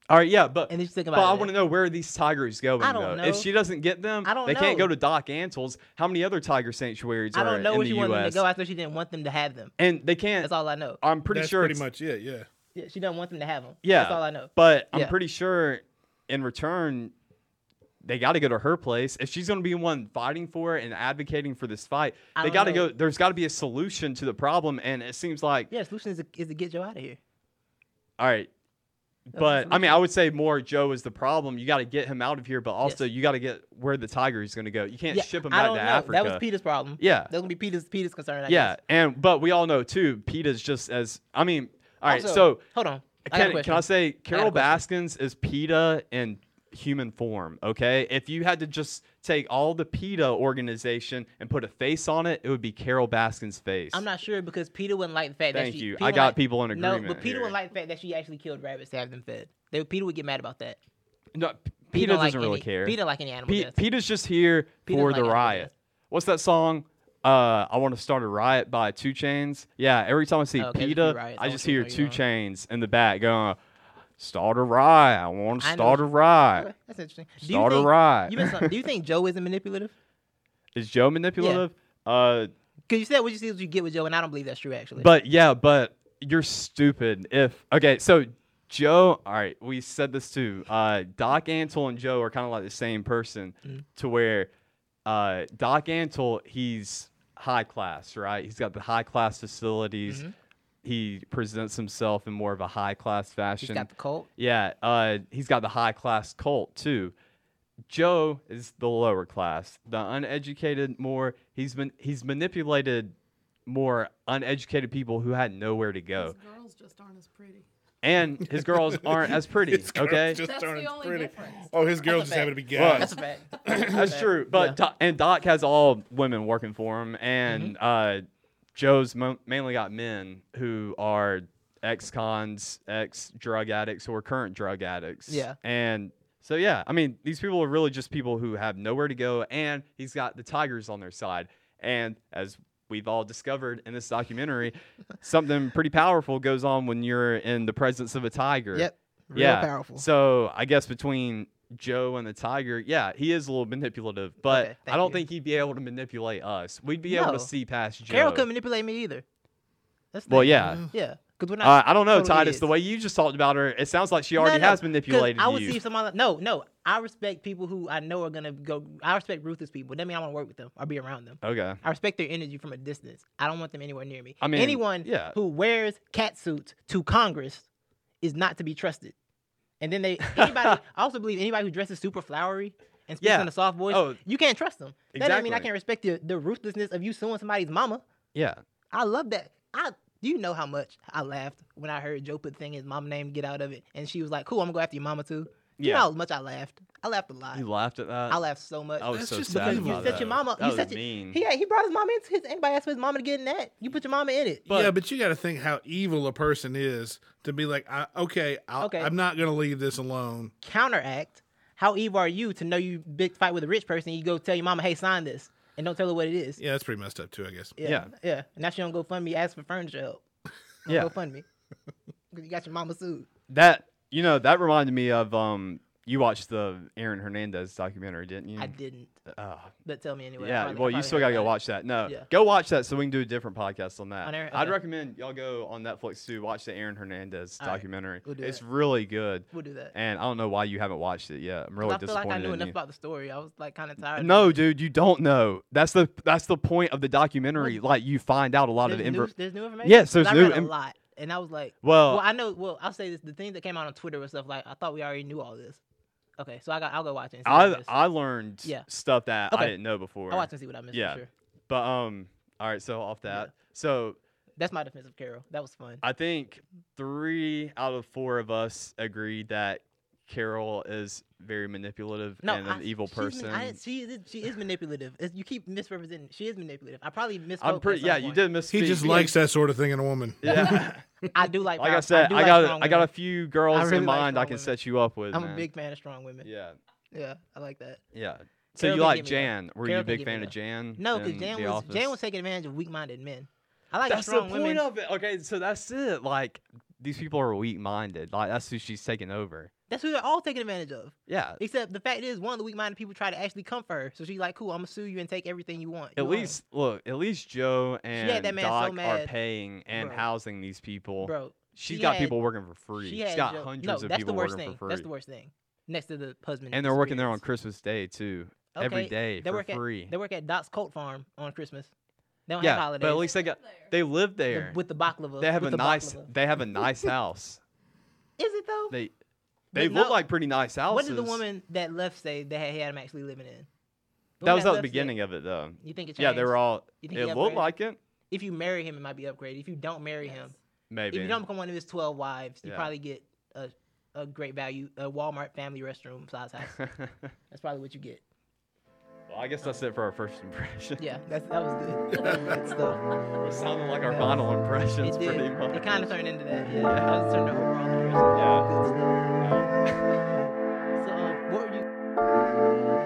Speaker 2: All right, yeah, but
Speaker 1: And then she's thinking
Speaker 2: but
Speaker 1: about
Speaker 2: I
Speaker 1: it.
Speaker 2: want to know where are these tigers going
Speaker 1: I don't
Speaker 2: though? If
Speaker 1: know.
Speaker 2: she doesn't get them,
Speaker 1: I don't
Speaker 2: they can't
Speaker 1: know.
Speaker 2: go to Doc Antles. How many other tiger sanctuaries
Speaker 1: I
Speaker 2: are
Speaker 1: don't know
Speaker 2: in
Speaker 1: where
Speaker 2: the
Speaker 1: she
Speaker 2: US?
Speaker 1: wanted them to go. I thought she didn't want them to have them.
Speaker 2: and they can't
Speaker 1: That's all I know.
Speaker 2: I'm pretty
Speaker 3: That's
Speaker 2: sure
Speaker 3: pretty
Speaker 2: it's-
Speaker 3: much it. Yeah.
Speaker 1: Yeah, she doesn't want them to have them.
Speaker 2: Yeah.
Speaker 1: that's all I know.
Speaker 2: But I'm
Speaker 1: Yeah.
Speaker 2: pretty sure in return, they got to go to her place. If she's going to be one fighting for it and advocating for this fight,
Speaker 1: I
Speaker 2: they
Speaker 1: don't
Speaker 2: got to
Speaker 1: know.
Speaker 2: go. There's got to be a solution to the problem. And it seems like,
Speaker 1: Yeah, solution is to, is to get Joe out of here.
Speaker 2: all right.
Speaker 1: the
Speaker 2: But I mean, I would say more Joe is the problem. You got to get him out of here, but also you got to get where the tiger is going to go. You can't
Speaker 1: Yeah,
Speaker 2: ship him
Speaker 1: I
Speaker 2: back
Speaker 1: don't
Speaker 2: to
Speaker 1: know.
Speaker 2: Africa.
Speaker 1: That was Peter's problem.
Speaker 2: Yeah.
Speaker 1: that was gonna be Peter's Peter's concern. I
Speaker 2: yeah,
Speaker 1: guess.
Speaker 2: and but we all know too. Peta's just as I mean. All right,
Speaker 1: Also,
Speaker 2: so
Speaker 1: hold on. I got a
Speaker 2: Can, can I
Speaker 1: question.
Speaker 2: say Carol
Speaker 1: question.
Speaker 2: Baskins is PETA in human form? Okay, if you had to just take all the PETA organization and put a face on it, it would be Carol Baskins' face.
Speaker 1: I'm not sure because Peter wouldn't like the fact that
Speaker 2: Thank
Speaker 1: she.
Speaker 2: you.
Speaker 1: Peter
Speaker 2: I
Speaker 1: wouldn't
Speaker 2: got
Speaker 1: like-
Speaker 2: people in
Speaker 1: No,
Speaker 2: agreement
Speaker 1: but Peter
Speaker 2: here.
Speaker 1: wouldn't like the fact that she actually killed rabbits to have them fed. They, Peter would get mad about that.
Speaker 2: No, P-
Speaker 1: Peter
Speaker 2: PETA
Speaker 1: don't like
Speaker 2: doesn't really
Speaker 1: any-
Speaker 2: care.
Speaker 1: Peter don't like any animal
Speaker 2: Pe-
Speaker 1: deaths.
Speaker 2: PETA's just here
Speaker 1: PETA don't
Speaker 2: for the
Speaker 1: like animal
Speaker 2: riot.
Speaker 1: deaths.
Speaker 2: What's that song? Uh, I want to start a riot by Two Chains. Yeah, every time I see
Speaker 1: Oh, okay, there's a few
Speaker 2: PETA,
Speaker 1: riots. I
Speaker 2: I
Speaker 1: don't
Speaker 2: just
Speaker 1: see
Speaker 2: hear
Speaker 1: where you're
Speaker 2: Two
Speaker 1: going.
Speaker 2: Chains in the back going, "Start a riot. I want to
Speaker 1: I know
Speaker 2: start a
Speaker 1: what
Speaker 2: riot."
Speaker 1: Okay, That's interesting. Do
Speaker 2: Start a
Speaker 1: think,
Speaker 2: riot.
Speaker 1: you been some- do you
Speaker 2: (laughs)
Speaker 1: think Joe isn't manipulative?
Speaker 2: Is Joe manipulative? Uh.
Speaker 1: Because you said what you see is what you get with Joe, and I don't believe that's true actually.
Speaker 2: But yeah, but you're stupid if okay, so Joe, all right, we said this too. Uh Doc Antle and Joe are kind of like the same person
Speaker 1: Mm-hmm.
Speaker 2: to where uh Doc Antle, he's high class, right? He's got the high class facilities.
Speaker 1: Mm-hmm.
Speaker 2: He presents himself in more of a high class fashion.
Speaker 1: he's got the cult.
Speaker 2: Yeah, uh, he's got the high class cult too. Joe is the lower class, the uneducated. More he's been he's manipulated more uneducated people who had nowhere to
Speaker 3: Oh.
Speaker 2: go,
Speaker 4: girls just aren't as pretty.
Speaker 2: and his
Speaker 3: (laughs)
Speaker 2: girls aren't as pretty.
Speaker 3: His girls
Speaker 2: okay,
Speaker 3: just
Speaker 4: That's
Speaker 3: aren't
Speaker 4: the only
Speaker 3: pretty.
Speaker 4: difference.
Speaker 3: Oh, his
Speaker 1: a
Speaker 3: girls just
Speaker 1: fact.
Speaker 3: happen to be guys.
Speaker 1: That's a
Speaker 2: (laughs)
Speaker 1: fact.
Speaker 2: that's true. But Doc, and Doc has all women working for him, and uh, Joe's mo- mainly got men who are ex-cons, ex-drug addicts, or current drug addicts.
Speaker 1: Yeah.
Speaker 2: And so yeah, I mean, these people are really just people who have nowhere to go, and he's got the Tigers on their side, and as we've all discovered in this documentary, something pretty powerful goes on when you're in the presence of a tiger.
Speaker 1: Yep. Real
Speaker 2: yeah.
Speaker 1: powerful.
Speaker 2: So I guess between Joe and the tiger, yeah, he is a little manipulative, but
Speaker 1: Okay,
Speaker 2: I
Speaker 1: thank
Speaker 2: don't
Speaker 1: you.
Speaker 2: think he'd be able to manipulate us. We'd be able
Speaker 1: No.
Speaker 2: to see past Joe.
Speaker 1: Carol couldn't manipulate me either. That's the
Speaker 2: Well,
Speaker 1: thing. Mm-hmm.
Speaker 2: yeah.
Speaker 1: yeah. Because we're not.
Speaker 2: Uh, I don't know,
Speaker 1: totally
Speaker 2: Titus. The
Speaker 1: is.
Speaker 2: way you just talked about her, it sounds like she
Speaker 1: No,
Speaker 2: already
Speaker 1: no,
Speaker 2: has
Speaker 1: 'cause
Speaker 2: manipulated
Speaker 1: I would
Speaker 2: you.
Speaker 1: see if somebody. No, no. I respect people who I know are gonna go. I respect ruthless people. That means I want to work with them or be around them.
Speaker 2: okay.
Speaker 1: I respect their energy from a distance. I don't want them anywhere near me.
Speaker 2: I mean,
Speaker 1: anyone
Speaker 2: yeah.
Speaker 1: who wears cat suits to Congress is not to be trusted. And then they
Speaker 2: (laughs)
Speaker 1: anybody I also believe anybody who dresses super flowery and speaks
Speaker 2: Yeah.
Speaker 1: in a soft voice,
Speaker 2: Oh.
Speaker 1: you can't trust them. That doesn't mean I
Speaker 2: Exactly.
Speaker 1: can't respect the, the ruthlessness of you suing somebody's mama.
Speaker 2: Yeah.
Speaker 1: I love that. I do you know how much I laughed when I heard Joe put thing his mom name get out of it and she was like, Cool, I'm gonna go after your mama too. You
Speaker 2: Yeah.
Speaker 1: know how much I laughed. I laughed a lot.
Speaker 2: You laughed at that.
Speaker 1: I laughed so much.
Speaker 2: I was
Speaker 3: That's
Speaker 2: so
Speaker 3: just
Speaker 2: sad
Speaker 3: because you
Speaker 2: about
Speaker 3: set
Speaker 2: that.
Speaker 1: your mama-
Speaker 2: That
Speaker 1: you
Speaker 2: was
Speaker 1: set your-
Speaker 2: mean.
Speaker 1: He, he brought his mama into his anybody asked his mama to get in that. You put your mama in it.
Speaker 3: yeah,
Speaker 2: But-
Speaker 3: but you got to think how evil a person is to be like, I, okay, I'll,
Speaker 1: Okay.
Speaker 3: I'm not going to leave this alone.
Speaker 1: counteract. How evil are you to know you big fight with a rich person? You go tell your mama, hey, sign this, and don't tell her what it is.
Speaker 3: Yeah, that's pretty messed up too, I guess.
Speaker 1: yeah,
Speaker 2: Yeah.
Speaker 1: yeah. And now she don't go fund me. Ask for furniture help. Don't (laughs)
Speaker 2: Yeah.
Speaker 1: go fund me. Cause you got your mama sued.
Speaker 2: that you know that reminded me of um. You watched the Aaron Hernandez documentary, didn't you?
Speaker 1: I didn't,
Speaker 2: Oh,
Speaker 1: but tell me anyway. I
Speaker 2: yeah.
Speaker 1: probably- I
Speaker 2: well, you
Speaker 1: probably
Speaker 2: still
Speaker 1: heard
Speaker 2: gotta go
Speaker 1: about it.
Speaker 2: watch that. No,
Speaker 1: Yeah.
Speaker 2: go watch that so we can do a different podcast on that.
Speaker 1: On Aaron-
Speaker 2: I'd
Speaker 1: okay.
Speaker 2: recommend y'all go on Netflix too. Watch the Aaron Hernandez
Speaker 1: All right,
Speaker 2: documentary.
Speaker 1: we'll do
Speaker 2: it's
Speaker 1: that.
Speaker 2: really good,
Speaker 1: We'll do that.
Speaker 2: and I don't know why you haven't watched it yet. I'm really
Speaker 1: I feel
Speaker 2: disappointed
Speaker 1: like I knew
Speaker 2: in
Speaker 1: enough
Speaker 2: you.
Speaker 1: about the story. I was like kind of tired. of it.
Speaker 2: No, dude, you don't know. That's the that's the point of the documentary. Like you find out a lot
Speaker 1: there's,
Speaker 2: of
Speaker 1: new,
Speaker 2: info.
Speaker 1: there's new information.
Speaker 2: Yes, there's
Speaker 1: 'Cause
Speaker 2: new
Speaker 1: I read
Speaker 2: im-
Speaker 1: a lot, and I was like,
Speaker 2: Well-
Speaker 1: well, I know. Well, I'll say this: the thing that came out on Twitter was stuff like I thought we already knew all this. Okay, so I got. I'll go watch it. And see what I,
Speaker 2: I
Speaker 1: missed.
Speaker 2: I learned
Speaker 1: Yeah.
Speaker 2: stuff that I
Speaker 1: Okay.
Speaker 2: didn't know before.
Speaker 1: I'll watch and see what I missed.
Speaker 2: Yeah.
Speaker 1: for sure.
Speaker 2: But um, all right. So off that. So
Speaker 1: That's my defense of Carol. That was fun.
Speaker 2: I think three out of four of us agreed that Carol is very manipulative
Speaker 1: No,
Speaker 2: and an
Speaker 1: I-
Speaker 2: evil
Speaker 1: she's man-
Speaker 2: person.
Speaker 1: I, she is she is manipulative. It's- you keep misrepresenting. She is manipulative. I probably misspoke.
Speaker 2: I'm
Speaker 1: at
Speaker 2: pretty.
Speaker 1: some
Speaker 2: Yeah, you
Speaker 1: point.
Speaker 2: did miss.
Speaker 3: He just likes that sort of thing in a woman.
Speaker 2: Yeah.
Speaker 1: I do (laughs) like.
Speaker 2: like I
Speaker 1: power-
Speaker 2: said, I,
Speaker 1: do like
Speaker 2: got
Speaker 1: strong
Speaker 2: I got a
Speaker 1: women.
Speaker 2: few girls in
Speaker 1: really like
Speaker 2: mind I
Speaker 1: strong
Speaker 2: can
Speaker 1: women.
Speaker 2: set you up with.
Speaker 1: I'm
Speaker 2: man.
Speaker 1: a big fan of strong women. Yeah,
Speaker 2: Yeah.
Speaker 1: I like that.
Speaker 2: Yeah. So
Speaker 1: Carol
Speaker 2: you
Speaker 1: can
Speaker 2: like
Speaker 1: get me, though.
Speaker 2: Jan? Were you
Speaker 1: Carol
Speaker 2: a
Speaker 1: can
Speaker 2: big
Speaker 1: get me,
Speaker 2: fan of
Speaker 1: though.
Speaker 2: Jan?
Speaker 1: No, because
Speaker 2: in
Speaker 1: Jan
Speaker 2: The
Speaker 1: was
Speaker 2: Office?
Speaker 1: Jan was taking advantage of weak-minded men. I like
Speaker 2: that's the
Speaker 1: strong
Speaker 2: point
Speaker 1: women.
Speaker 2: of it. Okay, so that's it. Like these people are weak-minded. Like that's who she's taking over.
Speaker 1: That's who they're all taking advantage of.
Speaker 2: Yeah.
Speaker 1: Except the fact is, one of the weak-minded people try to actually come for her. So she's like, "Cool, I'm gonna sue you and take everything you want."
Speaker 2: At
Speaker 1: You own."
Speaker 2: least look. At least Joe and
Speaker 1: had that man so
Speaker 2: Doc are
Speaker 1: mad.
Speaker 2: paying and
Speaker 1: Bro.
Speaker 2: housing these people.
Speaker 1: bro,
Speaker 2: She's
Speaker 1: she
Speaker 2: got
Speaker 1: had-
Speaker 2: people working for free.
Speaker 1: she
Speaker 2: She has
Speaker 1: had
Speaker 2: got
Speaker 1: Joe-
Speaker 2: hundreds
Speaker 1: no,
Speaker 2: of
Speaker 1: that's
Speaker 2: people
Speaker 1: the worst
Speaker 2: working
Speaker 1: thing.
Speaker 2: for free.
Speaker 1: That's the worst thing. Next to the husband,
Speaker 2: and they're working there on
Speaker 1: experience.
Speaker 2: Christmas Day too.
Speaker 1: Okay,
Speaker 2: Every day
Speaker 1: they
Speaker 2: for
Speaker 1: work at-
Speaker 2: free.
Speaker 1: They work at Doc's Colt Farm on Christmas. They don't have
Speaker 2: yeah,
Speaker 1: holidays.
Speaker 2: but at least they got they live
Speaker 1: The-
Speaker 2: there.
Speaker 1: with the baklava.
Speaker 2: they have
Speaker 1: with
Speaker 2: a
Speaker 1: the
Speaker 2: nice
Speaker 1: baklava.
Speaker 2: they have
Speaker 1: (laughs)
Speaker 2: a nice house.
Speaker 1: Is it though?
Speaker 2: They
Speaker 1: But
Speaker 2: they look
Speaker 1: no-
Speaker 2: like pretty nice houses.
Speaker 1: What did the woman that left say that had, had him actually living in? The
Speaker 2: That
Speaker 1: woman
Speaker 2: was at the
Speaker 1: left said-
Speaker 2: beginning of it though.
Speaker 1: you think it changed?
Speaker 2: Yeah, they were all.
Speaker 1: You
Speaker 2: It
Speaker 1: think he
Speaker 2: looked
Speaker 1: upgraded?
Speaker 2: like it.
Speaker 1: If you marry him, it might be upgraded. If you don't marry him,
Speaker 2: Maybe.
Speaker 1: if you
Speaker 2: (laughs)
Speaker 1: don't become one of his twelve wives, you
Speaker 2: Yeah.
Speaker 1: probably get a, a great value, a Walmart family restroom size
Speaker 2: (laughs)
Speaker 1: house.
Speaker 2: well,
Speaker 1: That's probably what you get.
Speaker 2: I guess that's it for our first impression.
Speaker 1: Yeah, that's, that was
Speaker 2: (laughs)
Speaker 1: good. That was good stuff.
Speaker 2: It sounded like our final impressions
Speaker 1: It did.
Speaker 2: pretty much.
Speaker 1: It kind of turned into that. Yeah, that was turned to overall impression. Good stuff.
Speaker 2: Yeah. Um,
Speaker 1: (laughs) So, um, what were you?